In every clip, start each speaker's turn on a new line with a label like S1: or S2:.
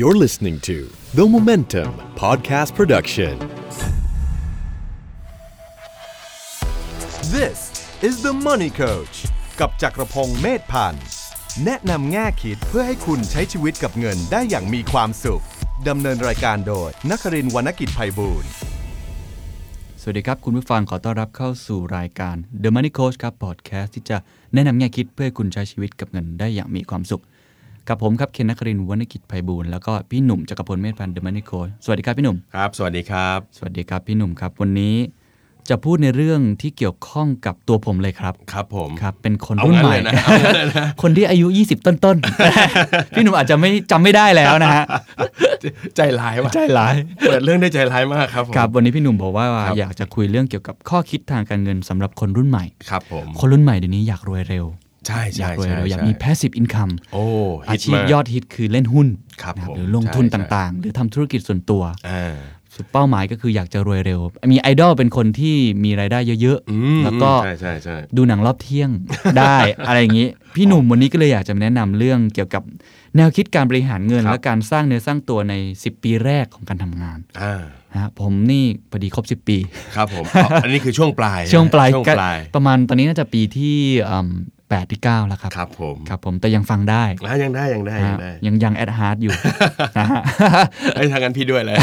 S1: You're listening to The Momentum Podcast Production.
S2: This is the Money Coach กับจักรพงศ์เมธพันธ์ แนะนำแง่คิดเพื่อให้คุณใช้ชีวิตกับเงินได้อย่างมีความสุข ดำเนินรายการโดยนักรินทร์วรรณกิจไพบูลย์
S3: สวัสดีครับ คุณผู้ฟังขอต้อนรับเข้าสู่รายการ The Money Coach ครับพอดแคสต์ที่จะแนะนำแง่คิดเพื่อให้คุณใช้ชีวิตกับเงินได้อย่างมีความสุข กับผมครับ เคนนักรินทร์วรรณกิจไพบูลย์แล้วก็พี่หนุ่มจักรพลเมธพันธ์ The Money Coach สวัสดีครับพี่หนุ่ม
S4: ครับ สวัสดีครับ
S3: สวัสดีครับพี่หนุ่มครับ วันนี้จะพูดในเรื่องที่เกี่ยวข้องกับตัวผมเลยครับ
S4: ครับผม
S3: ครับเป็นคน
S4: เอา
S3: รุ่น
S4: งั้น
S3: ใหม่
S4: เลยนะเอางั้นเลยนะ
S3: คนที่อายุ 20 ต้นๆ พี่หนุ่มอาจจะไม่จำไม่ได้แล้วนะฮะ
S4: ใจร้ายว่ะ
S3: ใจหลาย
S4: เปิดเรื่องได้ใจร้ายมากครับผม
S3: ครับวันนี้พี่หนุ่มบอกว่า
S4: ครับ
S3: อยากจะคุยเรื่องเกี่ยวกับข้อคิดทางการเงินสำหรับคนรุ่นใหม่
S4: ครับผม
S3: คนรุ่นใหม่เดี๋ยวนี้อยากรวยเร็ว
S4: ใช่
S3: อยา
S4: ใช่
S3: กรวย
S4: ใช่
S3: เร็ว อยาก
S4: ใช่
S3: มี passive income
S4: โอ้ฮิ
S3: อา
S4: ต
S3: ชีพ
S4: มาก
S3: ยอดฮิตคือเล่นหุ้น
S4: ครับ
S3: นะ
S4: ผม
S3: หรือลงทุน
S4: ใช่ใช่
S3: ต่างๆ หรือทำธุรกิจส่วนตัว
S4: อ่า
S3: สุดเป้าหมายก็คืออยากจะรวยเร็ว มีไอดอลเป็นคนที่มีรายได้เยอะ
S4: อืม
S3: ๆ แล้วก็
S4: ใช่ใช่ใช่
S3: ดูหนังรอบเที่ยง ได้ อะไรอย่างนี้ พี่หนุ่มวันนี้ก็เลยอยากจะมาแนะนำเรื่องเกี่ยวกับแนวคิดการบริหารเงิน
S4: ครับ
S3: และการสร้างเนื้อสร้างตัวใน 10 ปีแรกของการทำงาน
S4: อ่า
S3: นะฮะผมนี่พอดีครบ 10 ปี
S4: ครับ ผมอ๋ออันนี้คือช่วงปลาย
S3: ช่วงปลาย
S4: ช่วงปลาย
S3: ประมาณตอนนี้น่าจะปีที่อืมแปดที่เก้าแล้วครับ
S4: ครับผม
S3: ครับผมแต่ยังฟังได้
S4: อ่ายังได้ยังได้ ยังได้
S3: ยังยังแอดฮาร์ดอยู่ นะฮะ
S4: ไอ้ยทางกันพี่ด้วย เลย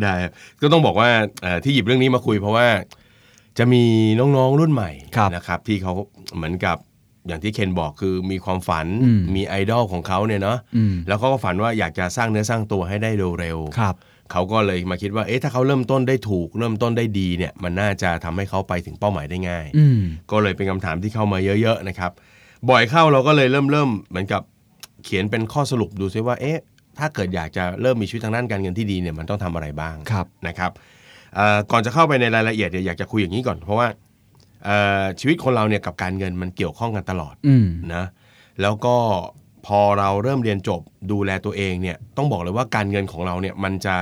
S4: ได้ครับก็ต้องบอกว่าเอ่อที่หยิบเรื่องนี้มาคุยเพราะว่า จะมีน้องๆรุ่นใหม่
S3: ครับ
S4: นะครับ ที่เขาเหมือนกับอย่างที่เคนบอกคือมีความฝัน
S3: อืม
S4: มีไอดอลของเขาเนี่ยเนาะ
S3: อืม
S4: แล้วเขาก็ฝันว่าอยากจะสร้างเนื้อสร้างตัวให้ได้เร็วๆ
S3: ครับ
S4: เขาก็เลยมาคิดว่าเอ๊ะถ้าเขาเริ่มต้นได้ถูก เริ่มต้นได้ดีเนี่ยมันน่าจะทำให้เขาไปถึงเป้าหมายได้ง่าย
S3: อืม
S4: ก็เลยเป็นคำถามที่เข้ามาเยอะๆนะครับ บ่อยเข้าเราก็เลยเริ่มเริ่มเหมือนกับเขียนเป็นข้อสรุปดูซิว่าเอ๊ะถ้าเกิดอยากจะเริ่มมีชีวิตทางด้านการเงินที่ดีเนี่ยมันต้องทำอะไรบ้าง
S3: ครับ
S4: นะครับเอ่อก่อนจะเข้าไปในรายละเอียดเนี่ยอยากจะคุยอย่างนี้ก่อน เพราะว่าเอ่อชีวิตคนเราเนี่ยกับการเงินมันเกี่ยวข้องกันตลอด
S3: อืม
S4: นะแล้วก็พอเราเริ่มเรียนจบดูแลตัวเองเนี่ยต้องบอกเลยว่าการเงินของเราเนี่ยมันจะ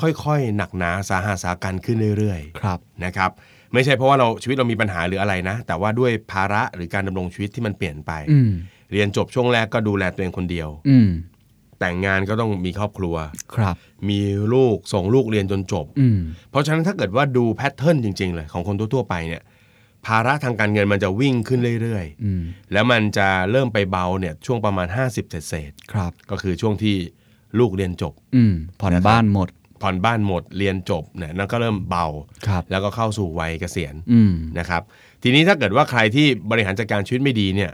S4: ค่อยๆ หนักหนาสาหัสสากันขึ้นเรื่อย
S3: ครับ
S4: ๆนะครับไม่ใช่เพราะว่าเราชีวิตเรามีปัญหาหรืออะไรนะ แต่ว่าด้วยภาระหรือการดำรงชีวิตที่มันเปลี่ยนไป
S3: อืม
S4: เรียนจบช่วงแรกก็ดูแลตัวเองคนเดียว
S3: อืม
S4: แต่งงานก็ต้องมีครอบครัว
S3: ครับ
S4: มีลูกส่งลูกเรียนจนจบ
S3: อืม
S4: เพราะฉะนั้นถ้าเกิดว่าดูแพทเทิร์นจริงๆเลยของคนทั่วๆไปเนี่ยภาระทางการเงินมันจะวิ่งขึ้นเรื่อยๆ
S3: อืม
S4: แล้วมันจะเริ่มไปเบาเนี่ยช่วงประมาณ 50 เศษ
S3: ครับ
S4: ๆก็คือช่วงที่ลูกเรียนจบ
S3: อืมผ่อน
S4: นะครับ
S3: บ้านหมด
S4: ผ่อนบ้านหมดเรียนจบเนี่ยนั่นก็เริ่มเบา
S3: ครับ
S4: แล้วก็เข้าสู่วัยเกษียณ
S3: อืม
S4: นะครับ ทีนี้ถ้าเกิดว่าใครที่บริหารจัดการชีวิตไม่ดีเนี่ย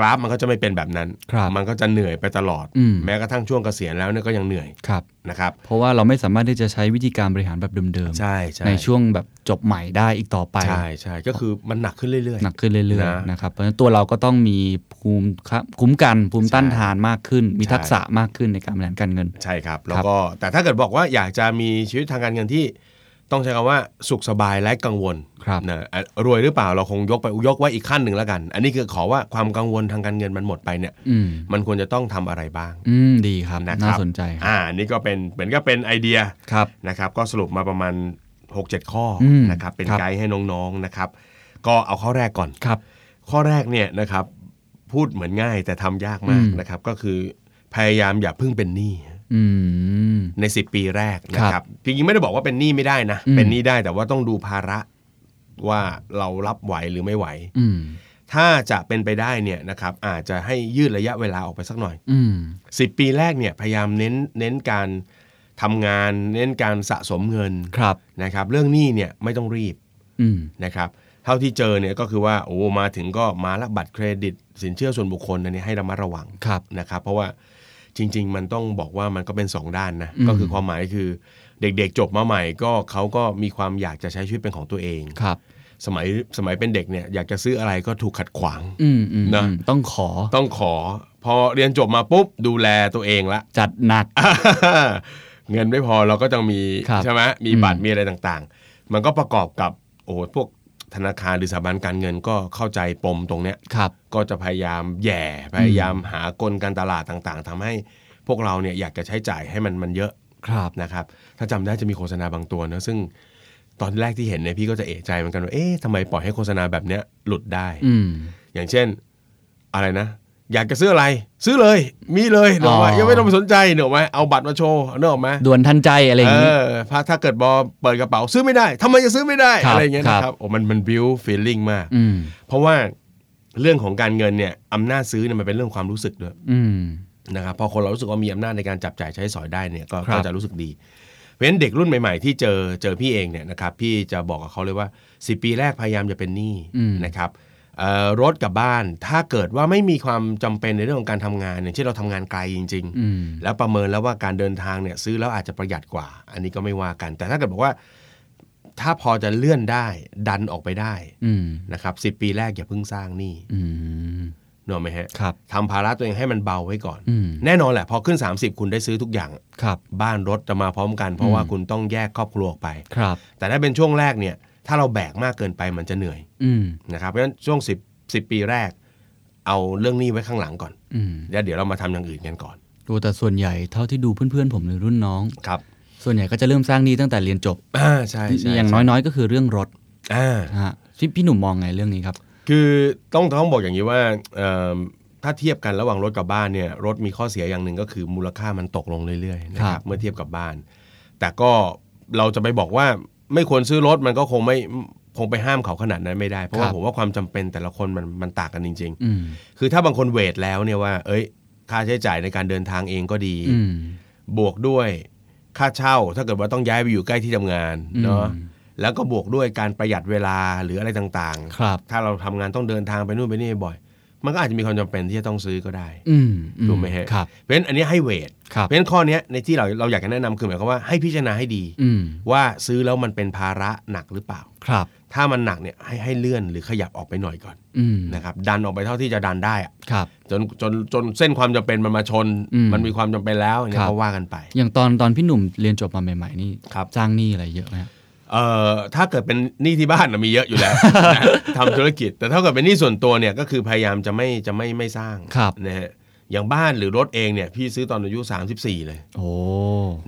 S4: กราฟมันก็จะไม่เป็นแบบนั้น
S3: ครับ
S4: มันก็จะเหนื่อยไปตลอด
S3: อืม
S4: แม้กระทั่งช่วงเกษียณแล้วเนี่ยก็ยังเหนื่อย
S3: ครับ
S4: นะครับ
S3: เพราะว่าเราไม่สามารถที่จะใช้วิธีการบริหารแบบเดิม
S4: ใช่ใช่
S3: ๆในช่วงแบบจบใหม่ได้อีกต่อไป
S4: ใช่ใช่ก็คือมันหนักขึ้นเรื่อย
S3: หนักขึ้นเรื่อย
S4: นะ
S3: ๆนะครับเพราะฉะนั้นตัวเราก็ต้องมีภูมิครับคุ้มกันภูมิต้านทานมากขึ้น มี
S4: ใช่
S3: ทักษะมากขึ้นในการบริหารการเงิน
S4: ๆ ใช่ครับ แล้วก็แต่ถ้าเกิดบอกว่าอยากจะมีชีวิตทางการเงินที่ ต้องใช้คำว่าสุขสบายไร้กังวล
S3: ครับ
S4: นะอ่ะรวยหรือเปล่าเราคงยกไปยกไว้อีกขั้นหนึ่งแล้วกัน อันนี้คือขอว่าความกังวลทางการเงินมันหมดไปเนี่ย
S3: อืม
S4: มันควรจะต้องทำอะไรบ้าง
S3: อืม ดีครับ
S4: นะครับ
S3: น่าสนใจครับ
S4: อ่าอันนี่ก็เป็นเหมือนก็เป็นไอเดีย
S3: ครับ
S4: นะครับ ก็สรุปมาประมาณ 6-7 ข้ออ
S3: ม
S4: นะครับ เป็น
S3: ครับ
S4: ไกด์ให้น้องๆนะครับ ก็เอาข้อแรกก่อน
S3: ครับ
S4: ข้อแรกเนี่ยนะครับ พูดเหมือนง่ายแต่ทำยากมาก
S3: อืม
S4: นะครับ ก็คือพยายามอย่าเพิ่งเป็นหนี้
S3: อืม
S4: ใน 10 ปีแรกนะ
S3: ค
S4: ค
S3: รั
S4: รั
S3: บบ
S4: จริงๆไม่ได้บอกว่าเป็นหนี้ไม่ได้นะ
S3: อืม
S4: เป็นหนี้ได้แต่ว่าต้องดูภาระว่าเรารับไหวหรือไม่ไหว
S3: อืม
S4: ถ้าจะเป็นไปได้เนี่ยนะครับอาจจะให้ยืดระยะเวลาออกไปสักหน่อย
S3: อืม
S4: 10 ปีแรกเนี่ยพยายามเน้นเน้นการทำงาน เน้นการสะสมเงิน
S3: ครับ
S4: นะครับ เรื่องหนี้เนี่ยไม่ต้องรีบ
S3: อืม
S4: นะครับ เท่าที่เจอเนี่ยก็คือว่าโอ้มาถึงก็มาละบัตรเครดิต สินเชื่อส่วนบุคคลอันนี้ให้ระมัดระวัง
S3: ครับ
S4: นะครับ เพราะว่าจริง ๆ มันต้องบอกว่ามันก็เป็น 2 ด้านนะ
S3: อืม
S4: ก็คือความหมายคือเด็กๆจบมาใหม่ก็เขาก็มีความอยากจะใช้ชีวิตเป็นของตัวเอง
S3: ครับ
S4: สมัยสมัยเป็นเด็กเนี่ยอยากจะซื้ออะไรก็ถูกขัดขวาง
S3: อืมอืม
S4: นะ
S3: อืมต้องขอ
S4: ต้องขอพอเรียนจบมาปุ๊บ ดูแลตัวเองละ
S3: จัดหนัก
S4: เงินไม่พอเราก็ต้องมี
S3: ครับ
S4: ใช่ไหมมีบัตร
S3: อืม
S4: มีอะไรต่างๆ มันก็ประกอบกับโอ้โหพวกธนาคารหรือสถาบันการเงินก็เข้าใจปมตรงเนี้ย
S3: ครับ
S4: ก็จะพยายามแหย่พยายามหากลการตลาดต่างๆทำให้พวกเราเนี่ยอยากจะใช้จ่ายให้มันมันเยอะ
S3: ครับ
S4: นะครับถ้าจำได้จะมีโฆษณาบางตัวเนอะซึ่งตอนแรกที่เห็นเนี่ยพี่ก็จะเอะใจเหมือนกันว่าเอ๊ะทำไมปล่อยให้โฆษณาแบบเนี้ยหลุดได้
S3: อืม
S4: อย่างเช่นอะไรนะ อยากจะซื้ออะไร ซื้อเลยมีเลยเนกอะไหม
S3: อ๋อ
S4: ยังไม่ต้องไปสนใจเนกอะไหมเอาบัตรมาโชว์เนกอะไหม
S3: ด่วนทันใจอะไรอย่า
S4: เอง
S3: นี้
S4: อถ้าถ้าเกิดบอเปิดกระเป๋าซื้อไม่ได้ทำไมจะซื้อไม่ได้
S3: ครับ
S4: อะไรอย่างเงี้ย
S3: ครับ
S4: นะครับโอ้มันมันบิวฟีลลิ่งมาก
S3: อืม
S4: เพราะว่าเรื่องของการเงินเนี่ยอำนาจซื้อเนี่ยมันเป็นเรื่องความรู้สึกด้วย
S3: อืม
S4: นะครับพอคนเรารู้สึกว่ามีอำนาจในการจับจ่ายใช้สอยได้เนี่ยก็
S3: ครับ
S4: ก็จะรู้สึกดี เพราะฉะนั้นเด็กรุ่นใหม่ ๆ ที่เจอเจอพี่เองเนี่ยนะครับพี่จะบอกกับเขาเลยว่า 10 ปีแรกพยายามจะเป็นหนี้นะครับเอ่อรถกับบ้านถ้าเกิดว่าไม่มีความจำเป็นในเรื่องของการทำงานอย่างเช่นเราทำงานไกลจริง ๆ
S3: อืม
S4: แล้วประเมินแล้วว่าการเดินทางเนี่ยซื้อแล้วอาจจะประหยัดกว่า อันนี้ก็ไม่ว่ากัน แต่ถ้าเกิดบอกว่าถ้าพอจะเลื่อนได้ดันออกไปได้
S3: อืม
S4: นะครับสิปีแรกอย่าเพิ่งสร้างหนี้
S3: อืม
S4: เนอะไหมฮะ
S3: ครับ
S4: ทำภาระตัวเองให้มันเบาไว้ก่อน
S3: อืม
S4: แน่นอนแหละ พอขึ้น 30 คุณได้ซื้อทุกอย่าง
S3: ครับ
S4: บ้านรถจะมาพร้อมกัน เพราะว่าคุณต้องแยกครอบครัวออกไป
S3: ครับ
S4: แต่ถ้าเป็นช่วงแรกเนี่ย ถ้าเราแบกมากเกินไปมันจะเหนื่อย
S3: อืม
S4: นะครับเพราะฉะนั้นช่วง 10 10 ปีแรก เอาเรื่องหนี้ไว้ข้างหลังก่อน
S3: อืม
S4: แล้วเดี๋ยวเรามาทำอย่างอื่นกันก่อน
S3: ดูแต่ส่วนใหญ่เท่าที่ดูเพื่อนๆ ผมหรือรุ่นน้อง
S4: ครับ
S3: ส่วนใหญ่ก็จะเริ่มสร้างหนี้ตั้งแต่เรียนจบ
S4: อ่าใช่ใช่
S3: อย่างน้อยๆ ก็คือเรื่องรถ
S4: อ่า
S3: นะฮะพี่พี่หนุ่มมองไงเรื่องนี้ครับ
S4: คือต้องต้องบอกอย่างนี้ว่าเอ่อถ้าเทียบกันระหว่างรถกับบ้านเนี่ยรถมีข้อเสียอย่างหนึ่งก็คือมูลค่ามันตกลงเรื่อยๆนะค
S3: ครั
S4: รับบ เมื่อเทียบกับบ้าน แต่ก็เราจะไปบอกว่าไม่ควรซื้อรถมันก็คงไม่คงไปห้ามเขาขนาดนั้นไม่ได้ เพราะ
S3: ค
S4: ว่า
S3: รับ
S4: ผมว่าความจำเป็นแต่ละคนมันมันต่างกันจริง
S3: อืม
S4: ๆ คือถ้าบางคนเวทแล้วเนี่ยว่า เอ้ย ค่าใช้จ่ายในการเดินทางเองก็ดี
S3: อืม
S4: บวกด้วยค่าเช่า ถ้าเกิดว่าต้องย้ายไปอยู่ใกล้ที่ทำงานเนาะ
S3: อืม
S4: แล้วก็บวกด้วยการประหยัดเวลาหรืออะไรต่าง
S3: ครับ
S4: ๆ ถ้าเราทำงานต้องเดินทางไปนู่นไปนี่บ่อย มันก็อาจจะมีความจำเป็นที่จะต้องซื้อก็ได้
S3: อืมอื
S4: ถูกไหมฮะ
S3: ครับ
S4: เพราะฉะนั้นอันนี้ให้เวท
S3: ครับ
S4: เพราะฉะนั้นข้อเนี้ยในที่เราเราอยากจะแนะนำคือหมายความว่าให้พิจารณาให้ดี
S3: อืม
S4: ว่าซื้อแล้วมันเป็นภาระหนักหรือเปล่า
S3: ครับ
S4: ถ้ามันหนักเนี่ยให้ให้เลื่อนหรือขยับออกไปหน่อยก่อน
S3: อืม
S4: นะครับดันออกไปเท่าที่จะดันได้อะ
S3: ครับ
S4: จนจนจนเส้นความจำเป็นมันมาชน
S3: อืม
S4: มันมีความจำเป็นแล้วเนี่
S3: ครั
S4: ย
S3: บ
S4: ก็ว่ากันไป
S3: อย่างตอนตอนพี่หนุ่มเรียนจบมาใหม่ๆนี่
S4: ครับ
S3: สร้างหนี้อะไรเยอะไหมฮะ
S4: เอ่อถ้าเกิดเป็นหนี้ที่บ้านน่ะมีเยอะอยู่แล้ว นะ ทำธุรกิจ แต่ถ้าเกิดเป็นหนี้ส่วนตัวเนี่ยก็คือพยายามจะไม่จะไม่ไม่สร้าง
S3: ครับ
S4: นะฮะอย่างบ้านหรือรถเองเนี่ยพี่ซื้อตอนอายุ 34 เลย
S3: โอ้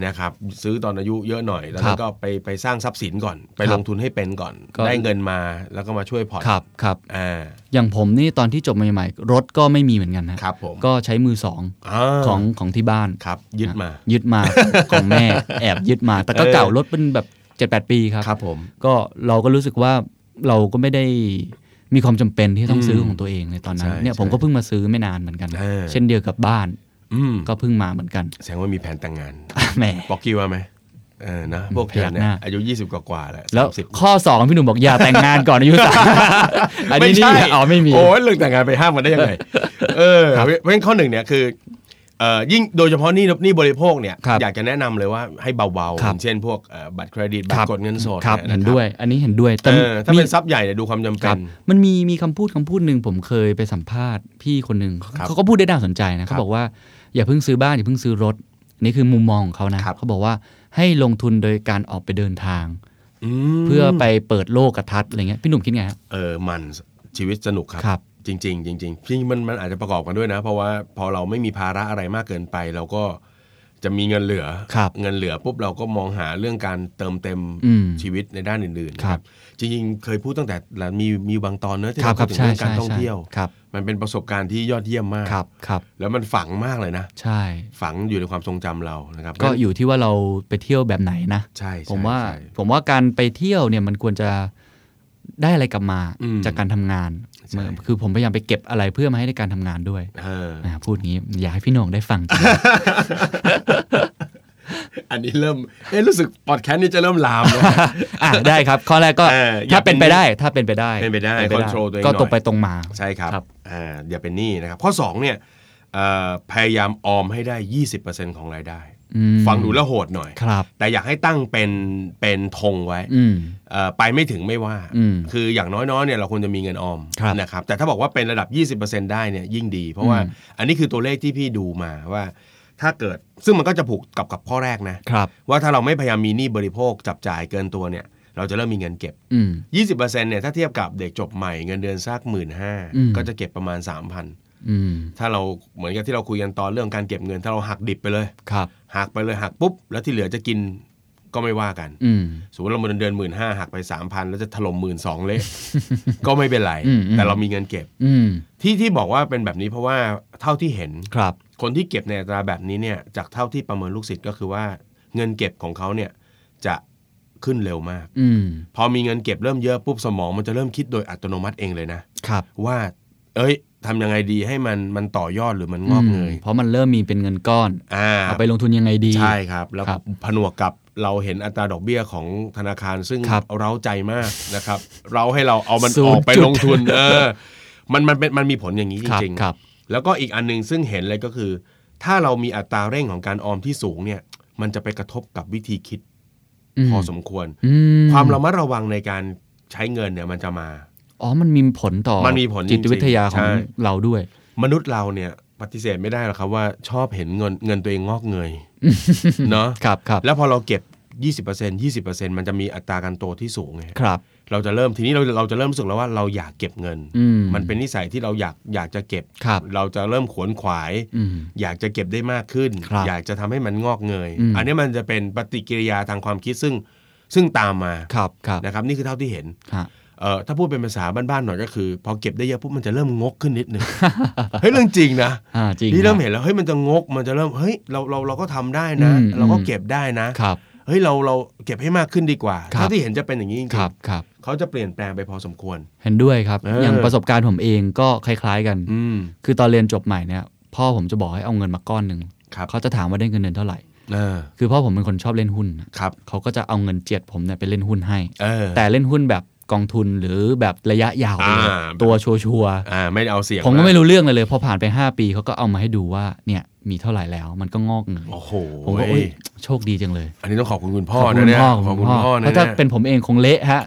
S4: นะครับซื้อตอนอายุเยอะหน่อย แล้ว
S3: ครับ
S4: ก็ไปไปสร้างทรัพย์สินก่อน ไป
S3: ครับ
S4: ลงทุนให้เป็นก่อน
S3: ก็
S4: ได้เงินมาแล้วก็มาช่วยผ่อน
S3: ครับ ครับ
S4: อ่า
S3: อย่างผมนี่ตอนที่จบใหม่ๆ รถก็ไม่มีเหมือนกันนะ
S4: ครับผม
S3: ก็ใช้มือสอง
S4: า
S3: ของของที่บ้าน
S4: ครับยึดมา
S3: ยึดมา ของแม่ แอบยึดมา แต่ก็เก่ารถเป็นแบบ 7-8 ปีครับ
S4: ครับผม
S3: ก็เราก็รู้สึกว่าเราก็ไม่ได้มีความจำเป็นที่จะต้องซื้อของตัวเองในตอนนั้น
S4: ใช่
S3: เนี่ย
S4: ใช่
S3: ผมก็เพิ่งมาซื้อไม่นานเหมือนกัน
S4: เออ
S3: เช่นเดียวกับบ้าน
S4: อืม
S3: ก็เพิ่งมาเหมือนกัน
S4: แสดงว่ามีแผนแต่งงาน
S3: แหม
S4: บอกกี้ว่าไหมเออนะพวกเธอเนี่
S3: พยักห
S4: ย
S3: น้า
S4: อายุ 20 กว่ากว่าๆแล้ว
S3: แล้ว
S4: 30
S3: ข้อ 2 พี่หนุ่มบอกอย่า แต่งงานก่อนอายุสาม อันนี้นี่ อ๋อไม่มี
S4: โอ้ยเรื่องแต่งงานไปห้ามมันได้ยังไง เออเพราะฉะนั้นข้อหนึ่งเนี่ยคือเอ่อยิ่งโดยเฉพาะหนี่นี่บริโภคเนี่ย
S3: ครับ
S4: อยากจะแนะนำเลยว่าให้เบาๆ
S3: ค
S4: อ
S3: รับ
S4: ย่างเช่นพวกเอ่อบัตรเครดิตบัต
S3: ครั
S4: รกดเงินสด
S3: ครับ
S4: ยะ
S3: เห็นด้วย อันนี้เห็นด้วยแต่
S4: เออถ้า
S3: มี
S4: เป็นทรัพย์ใหญ่เนี่ยดูความจำ
S3: ค
S4: เป็
S3: รั
S4: น
S3: บมันมีมีคำพูดคำพูดหนึ่งผมเคยไปสัมภาษณ์พี่คนหนึ่งเขา
S4: ครับ
S3: เขาก็พูดได้น่าสนใจนะ
S4: ครั
S3: เขา
S4: บ
S3: บอกว่าอย่าเพิ่งซื้อบ้านอย่าเพิ่งซื้อรถนี่คือมุมมองของเขานะครับ เขาบอกว่าให้ลงทุนโดยการออกไปเดินทาง
S4: ม
S3: เพื่อไปเปิดโลกกระทัดอะไรเงี้ยพี่หนุ่มคิดไงฮะ
S4: เออมันชีวิตสนุกครับ
S3: ครับ
S4: จริง ๆ จริงๆที่มันมันอาจจะประกอบกันด้วยนะ เพราะว่าพอเราไม่มีภาระอะไรมากเกินไป เราก็จะมีเงินเหลือ
S3: ครับ
S4: เงินเหลือปุ๊บเราก็มองหาเรื่องการเติมเต็ม
S3: อืม
S4: ชีวิตในด้านอื่นๆนะครับ จริงๆ เคยพูดตั้งแต่หลังมีมีบางตอนเนอะที่
S3: ครับ
S4: เรา
S3: ครับ
S4: พูดถึง
S3: ใช่
S4: เรื่องกา
S3: ใช่
S4: รท่อง
S3: ใช่
S4: เที่ยว
S3: ครับ
S4: มันเป็นประสบการณ์ที่ยอดเยี่ยมมาก
S3: ครับครับ
S4: แล้วมันฝังมากเลยนะ
S3: ใช่
S4: ฝังอยู่ในความทรงจำเรานะครับ
S3: ก็อยู่ที่ว่าเราไปเที่ยวแบบไหนนะ
S4: ใช่ใช่
S3: ผมว่า
S4: ใช่
S3: ผมว่าการไปเที่ยวเนี่ยมันควรจะได้อะไรกลับมา
S4: อืม
S3: จากการทำงาน
S4: ใช่
S3: เหมือนคือผมพยายามไปเก็บอะไรเพื่อมาให้ในการทำงานด้วย
S4: เออ
S3: นะพูดงี้อยากให้พี่โหน่งได้ฟัง
S4: อันนี้เริ่มเอ๊ะรู้สึกพอดแคสต์นี่จะเริ่มลามแล้ว
S3: อ่ะได้ครับ ข้อแรกก็
S4: เอออย่า
S3: ถ้าเป็น
S4: เป็น
S3: ไปได้ถ้าเป็นไปได้
S4: เป็นไปได้ control ตัวเอง
S3: ก็
S4: หน่อย
S3: ตรงไปตรงมา
S4: ใช่ครับ
S3: ครับ
S4: อ่าอย่าเป็นหนี้นะครับ ข้อ 2 เนี่ยเอ่อพยายามออมให้ได้ 20%ของรายได้
S3: อืม
S4: ฟังดูแล้วโหดหน่อย
S3: ครับ
S4: แต่อยากให้ตั้งเป็นเป็นธงไว้
S3: อืม
S4: เอ่อไปไม่ถึงไม่ว่า
S3: อืม
S4: คืออย่างน้อยๆเนี่ยเราควรจะมีเงินออม
S3: ครับ
S4: นะครับแต่ถ้าบอกว่าเป็นระดับ 20%ได้เนี่ยยิ่งดี เพราะว่า
S3: อืม
S4: อันนี้คือตัวเลขที่พี่ดูมาว่า ถ้าเกิดซึ่งมันก็จะผูกกับกับข้อแรกนะ
S3: ครับ
S4: ว่าถ้าเราไม่พยายามมีหนี้บริโภคจับจ่ายเกินตัวเนี่ย เราจะเริ่มมีเงินเก็บ
S3: อืม
S4: 20%เนี่ยถ้าเทียบกับเด็กจบใหม่เงินเดือนสักหมื่นห้า
S3: อืม
S4: ก็จะเก็บประมาณ 3,000
S3: อืม
S4: ถ้าเราเหมือนกับที่เราคุยกันตอนเรื่องการเก็บเงิน ถ้าเราหักดิบไปเลย
S3: ครับ
S4: หักไปเลยหักปุ๊บ แล้วที่เหลือจะกิน ก็ไม่ว่ากัน
S3: อืม
S4: สมมติเราเดือนหมื่นห้าหักไปสามพันแล้วจะถล่มหมื่นสองเละ ก็ไม่เป็นไร
S3: อืมอืม
S4: แต่เรามีเงินเก็บ
S3: อืม
S4: ที่ที่บอกว่าเป็นแบบนี้เพราะว่าเท่าที่เห็น
S3: ครับ
S4: คนที่เก็บในอัตราแบบนี้เนี่ยจากเท่าที่ประเมินลูกศิษย์ก็คือว่าเงินเก็บของเขาเนี่ยจะขึ้นเร็วมาก
S3: อืม
S4: พอมีเงินเก็บเริ่มเยอะปุ๊บสมองมันจะเริ่มคิดโดยอัตโนมัติเองเลยนะ
S3: ครับ
S4: ว่า เอ้ยทำยังไงดีให้มันมันต่อยอดหรือมันงอกเงย
S3: มเพราะมันเริ่มมีเป็นเงินก้อน
S4: อ่า
S3: เอาไปลงทุนยังไงดี
S4: ใช่ครับ แล้ว
S3: ครับ
S4: ผนวกกับเราเห็นอัตราดอกเบี้ยของธนาคารซึ่ง
S3: ครับ
S4: เร้าใจมากนะครับ เราให้เราเอามัน
S3: ศู
S4: อน
S3: ย์
S4: อกไป
S3: จุด
S4: ลงทุนเอ อมันมันเป็นมันมีผลอย่างนี้จ
S3: ครับ
S4: ริง
S3: ครับ
S4: ๆ แล้วก็อีกอันหนึงซึ่งเห็นเลยก็คือ ถ้าเรามีอัตราเร่งของการออมที่สูงเนี่ยมันจะไปกระทบกับวิธีคิด
S3: อืม
S4: พอสมควร
S3: อื
S4: ความระมัดระวังในการใช้เงินเนี่ยมันจะมา
S3: อ๋อมันมีผลต่อ
S4: มันมีผล
S3: จิตวิทยา
S4: จ
S3: ของ
S4: ริงๆใช่
S3: เราด้วย
S4: มนุษย์เราเนี่ยปฏิเสธไม่ได้หรอกครับว่าชอบเห็นเงินเงินตัวเองงอกเงยเนาะ
S3: ครับครับ
S4: แล้วพอเราเก็บ 20% 20%มันจะมีอัตราการโตที่สูงไง
S3: ครับ
S4: เราจะเริ่มทีนี้เราเราจะเริ่มรู้สึกแล้วว่าเราอยากเก็บเงิน
S3: อืม
S4: มันเป็นนิสัยที่เราอยากอยากจะเก็บ
S3: ครับ
S4: เราจะเริ่มขวนขวาย
S3: อืม
S4: อยากจะเก็บได้มากขึ้น
S3: ครับ
S4: อยากจะทำให้มันงอกเงย
S3: อืม
S4: อันนี้มันจะเป็นปฏิกิริยาทางความคิดซึ่งซึ่งตามมา
S3: ครับครับ
S4: นะครับนี่คือเท่าที่เห็น
S3: ฮะ
S4: เอ่อถ้าพูดเป็นภาษาบ้านๆหน่อยก็คือ พอเก็บได้เยอะปุ๊บมันจะเริ่มงกขึ้นนิด หนึ่ง เฮ้ยเรื่องจริงนะ
S3: อ่าจริง
S4: นี่เริ่ม
S3: ฮะ
S4: เห็นแล้วเฮ้ยมันจะงกมันจะเริ่มเฮ้ยเราเราเราก็ทำได้นะ
S3: อืม
S4: เราก็
S3: อืม
S4: เก็บได้นะ
S3: ครับ
S4: เฮ้ยเราเราเก็บให้มากขึ้นดีกว่า
S3: ครับ
S4: เท่าที่เห็นจะเป็นอย่างนี้จริง
S3: ครับครับ
S4: ๆเขาจะเปลี่ยนแปลงไปพอสมควร
S3: เห็นด้วยครับ
S4: เออ
S3: อ
S4: อ
S3: ย่างประสบการณ์ผมเองก็คล้ายๆกัน
S4: อืม
S3: คือตอนเรียนจบใหม่เนี่ย พ่อผมจะบอกให้เอาเงินมาก้อนหนึ่ง
S4: ครับ
S3: เขาจะถามว่าได้เงินเดือนเท่าไหร่
S4: เออ
S3: คือพ่อผมเป็นคนชอบเล่นหุ้นนะครับ เขาก็จะเอาเงินเจียดผมเนี่ยไปเล่นหุ้นให้
S4: เออ
S3: แต่เล่นหุ้นแบบกองทุนหรือแบบระยะยาวไปเลย
S4: อ่า
S3: ตัวชัวร์
S4: อ่าไม่เอาเสียง
S3: ๆผมก็
S4: า
S3: ไม่รู้เรื่องเลยเลยพอผ่านไป 5 ปีเขาก็เอามาให้ดูว่าเนี่ยมีเท่าไหร่แล้วมันก็งอกเงย
S4: โอ้โห
S3: ผมก็
S4: เอ้
S3: โอ๊
S4: ย
S3: ยโชคดีจังเลย
S4: อันนี้ต้องขอบคุณคุณพ่
S3: ข
S4: อ
S3: อบคุ
S4: นะ
S3: ณ
S4: เนี่ย
S3: พ่อขอบคุณพ่อ
S4: นะ
S3: เพราะถ้า
S4: เนี่ย
S3: เป็นผมเองคงเละฮะ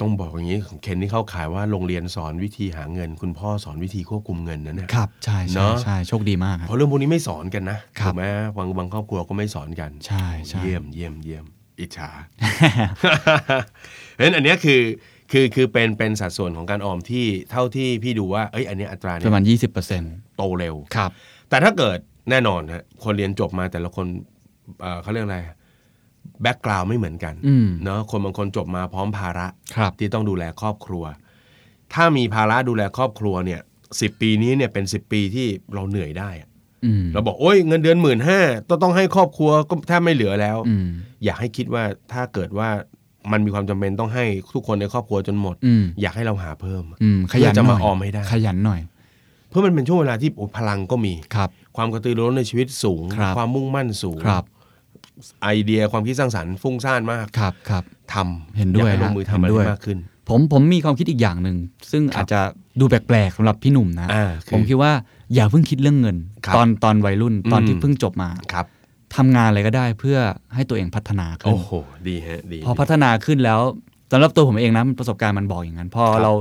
S4: ต้องบอกอย่างนี้ของเคนนี่เข้าขายว่าโรงเรียนสอนวิธีหาเงิน คุณพ่อสอนวิธีควบคุมเงินนะเนี่ย
S3: ครับใช่ใช่
S4: เนาะ
S3: ใช่โชคดีมากค
S4: เพ
S3: รับ
S4: ราะเรื่องพวกนี้ไม่สอนกันนะครับ ถูกไหมบางบางครอบครัวก็ไม่สอนกัน
S3: ใช่ใช่
S4: เยี่ยมเยี่ยมเยี่ยมอิจฉา เพราะฉะนั้นอันเนี้ยคือคือคือเป็นเป็นสัดส่วนของการออมที่เท่าที่พี่ดูว่าเอ้ยอันเนี้ยอัตรา
S3: ป
S4: เนี่ย
S3: ระมาณ 20%
S4: โตเร็ว
S3: ครับ
S4: แต่ถ้าเกิดแน่นอนฮะคนเรียนจบมาแต่ละคนเอ่อเขาเรียกอะไรแบ็กกราวไม่เหมือนกัน
S3: อืม
S4: เนาะคนบางคนจบมาพร้อมภาระ
S3: ครับ
S4: ที่ต้องดูแลครอบครัว ถ้ามีภาระดูแลครอบครัวเนี่ยสิปีนี้เนี่ยเป็น 10 ปีที่เราเหนื่อยได้อะ
S3: อืม
S4: เราบอกโอ้ยเงินเดือนหมื่นห้าต้องให้ครอบครัวก็แทบไม่เหลือแล้ว
S3: อืม
S4: อยากให้คิดว่าถ้าเกิดว่ามันมีความจำเป็นต้องให้ทุกคนในครอบครัวจนหมด
S3: อืม
S4: อยากให้เราหาเพิ่ม
S3: อืมขยัน
S4: เพื่อจะ
S3: หน่
S4: มา
S3: อย
S4: ออมให้ได้
S3: ขยันหน่อย
S4: เพราะมันเป็นช่วงเวลาที่โอ้พลังก็มี
S3: ครับ
S4: ความกระตือรือร้นในชีวิตสูง
S3: ครับ
S4: ความมุ่งมั่นสูง
S3: ครับ
S4: ไอเดียความคิดสร้างสรรค์ฟุ้งซ่านมาก
S3: ครับครับ
S4: ทำ
S3: เห็นด้วย
S4: อยากให้ลง
S3: ฮะ
S4: มือ
S3: เห็น
S4: ทำอะไร
S3: ด้วย
S4: มากขึ้น
S3: ผมผมมีความคิดอีกอย่างหนึ่ง ซึ่งอาจจะดูแปลกๆสำหรับพี่หนุ่มนะ
S4: อ่าคือ
S3: ผมคิดว่าอย่าเพิ่งคิดเรื่องเงิน
S4: ครับ
S3: ตอนตอนวัยรุ่นตอน
S4: อืม
S3: ที่เพิ่งจบมา
S4: ครับ
S3: ทำงานอะไรก็ได้เพื่อให้ตัวเองพัฒนาขึ้น
S4: โอ้โห ดีฮะดี
S3: พอพัฒนาขึ้นแล้วสำหรับตัวผมเองนะมันประสบการณ์มันบอกอย่างนั้น พอ
S4: ครับ
S3: เรา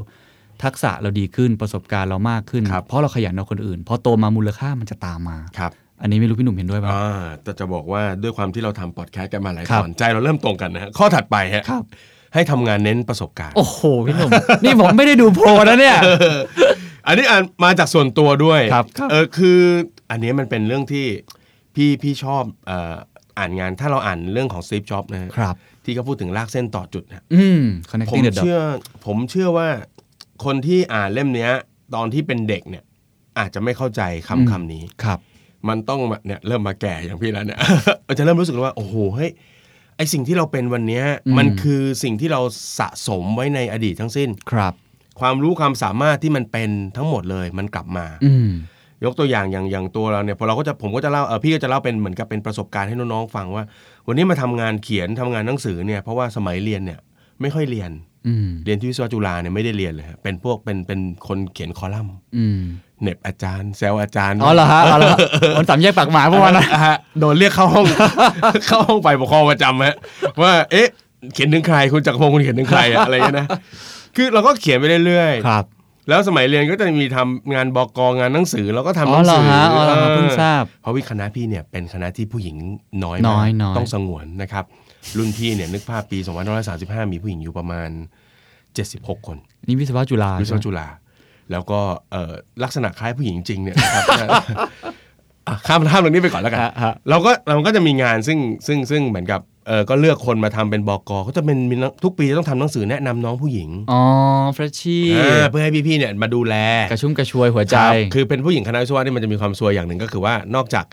S3: ทักษะเราดีขึ้นประสบการณ์เรามากขึ้น
S4: ครับ
S3: เพราะเราขยันกว่าคนอื่น พอโตมามูลค่ามันจะตามมา
S4: ครับ
S3: อันนี้ไม่รู้พี่หนุ่มเห็นด้วยป่ะ
S4: อ่าแต่จะบอกว่าด้วยความที่เราทำพอดแคสต์กันมาหลาย
S3: ครั
S4: ต
S3: บ
S4: อนใจเราเริ่มตรงกันนะฮะข้อถัดไปฮะ
S3: ครับ
S4: ให้ทำงานเน้นประสบการณ์
S3: โอ้โห พี่หนุ่ม นี่ผมไม่ได้ดูโพลนะ เนี่ย
S4: อันนี้อ่านมาจากส่วนตัวด้วย
S3: ครับครับ
S4: เออคืออันนี้มันเป็นเรื่องที่พี่พี่ชอบเอ่ออ่านงานถ้าเราอ่านเรื่องของซีฟจ็อบนะฮะ
S3: ครับ
S4: ที่เขาพูดถึงลากเส้นต่อจุดนะ
S3: อืม
S4: ผม
S3: connecting the dots
S4: เชื่อผมเชื่อว่าคนที่อ่านเล่มเนี้ย ตอนที่เป็นเด็กเนี่ย อาจจะไม่เข้าใจ
S3: อืม
S4: คำคำนี้
S3: ครับ
S4: มันต้องมาเนี่ยเริ่มมาแก่อย่างพี่แล้วเนี่ย เราจะเริ่มรู้สึกว่า โอ้โหเฮ้ยไอสิ่งที่เราเป็นวันเนี้ย
S3: อืม
S4: มันคือสิ่งที่เราสะสมไว้ในอดีตทั้งสิ้น
S3: ครับ
S4: ความรู้ความสามารถที่มันเป็นทั้งหมดเลยมันกลับมา
S3: อืม
S4: ยกตัวอย่างอย่างอย่างตัวเราเนี่ยพอเราก็จะผมก็จะเล่าเออพี่ก็จะเล่าเป็นเหมือนกับเป็นประสบการณ์ให้น้องๆฟังว่า วันนี้มาทำงานเขียนทำงานหนังสือเนี่ยเพราะว่าสมัยเรียนเนี่ยไม่ค่อยเรียน
S3: อืม
S4: เรียนที่วิศวจุฬาเนี่ยไม่ได้เรียนเลยฮะเป็นพวกเป็นเป็นคนเขียนคอลัมน์
S3: อืม
S4: เหน็บอาจารย์แซวอาจารย์
S3: อ๋อเหรอฮะอ๋อเหรอฮะวันสามแยกปากหมาเมื่อวานนะ
S4: ฮะโดนเรียกเข้าห้อง เข้าห้องไปปกครองประจำฮะว่าเอ๊ะเขียนถึงใครคุณจักรพงศ์คุณเขียนถึงใครอะอะไรเงี้ยนะคือเราก็เขียนไปเรื่อย
S3: ค
S4: ๆ
S3: รับ
S4: แล้วสมัยเรียนก็จะมีทำงานบกงานหนังสือเราก็ทำห
S3: อ๋อ
S4: นัง
S3: เหรอ
S4: สือ
S3: ฮะอ๋อเหรอฮะเพิ่งทราบ
S4: เพราะวิคณะพี่เนี่ยเป็นคณะที่ผู้หญิงน้อย
S3: น้
S4: มา
S3: อย
S4: ก
S3: น้อย
S4: ต้องสงวนนะครับ รุ่นพี่เนี่ยนึกภาพปี2535 มีผู้หญิงอยู่ประมาณ 76 คน
S3: นี่วิศวะจุฬา
S4: วิศวจุฬาแล้วก็เอ่อลักษณะคล้ายผู้หญิงจริงเนี่ยนะครับ อ่ะข้ามข้ามเรื่องนี้ไปก่อนแล้วกัน
S3: ฮะฮะ
S4: เราก็เราก็จะมีงานซึ่งซึ่งซึ่งเหมือนกับ เออก็เลือกคนมาทำเป็นบอกกก็จะเป็นมีหนังทุกปีจะต้องทำหนังสือแนะนำน้องผู้หญิง
S3: อ๋อเฟรชชี่
S4: อ่าเพื่อให้พี่ๆเนี่ยมาดูแล
S3: กระชุ่มกระชวยหัวใจ
S4: ครับคือเป็นผู้หญิงคณะวิศวะนี่มันจะมีความสวยอย่างหนึ่งก็คือว่านอกจาก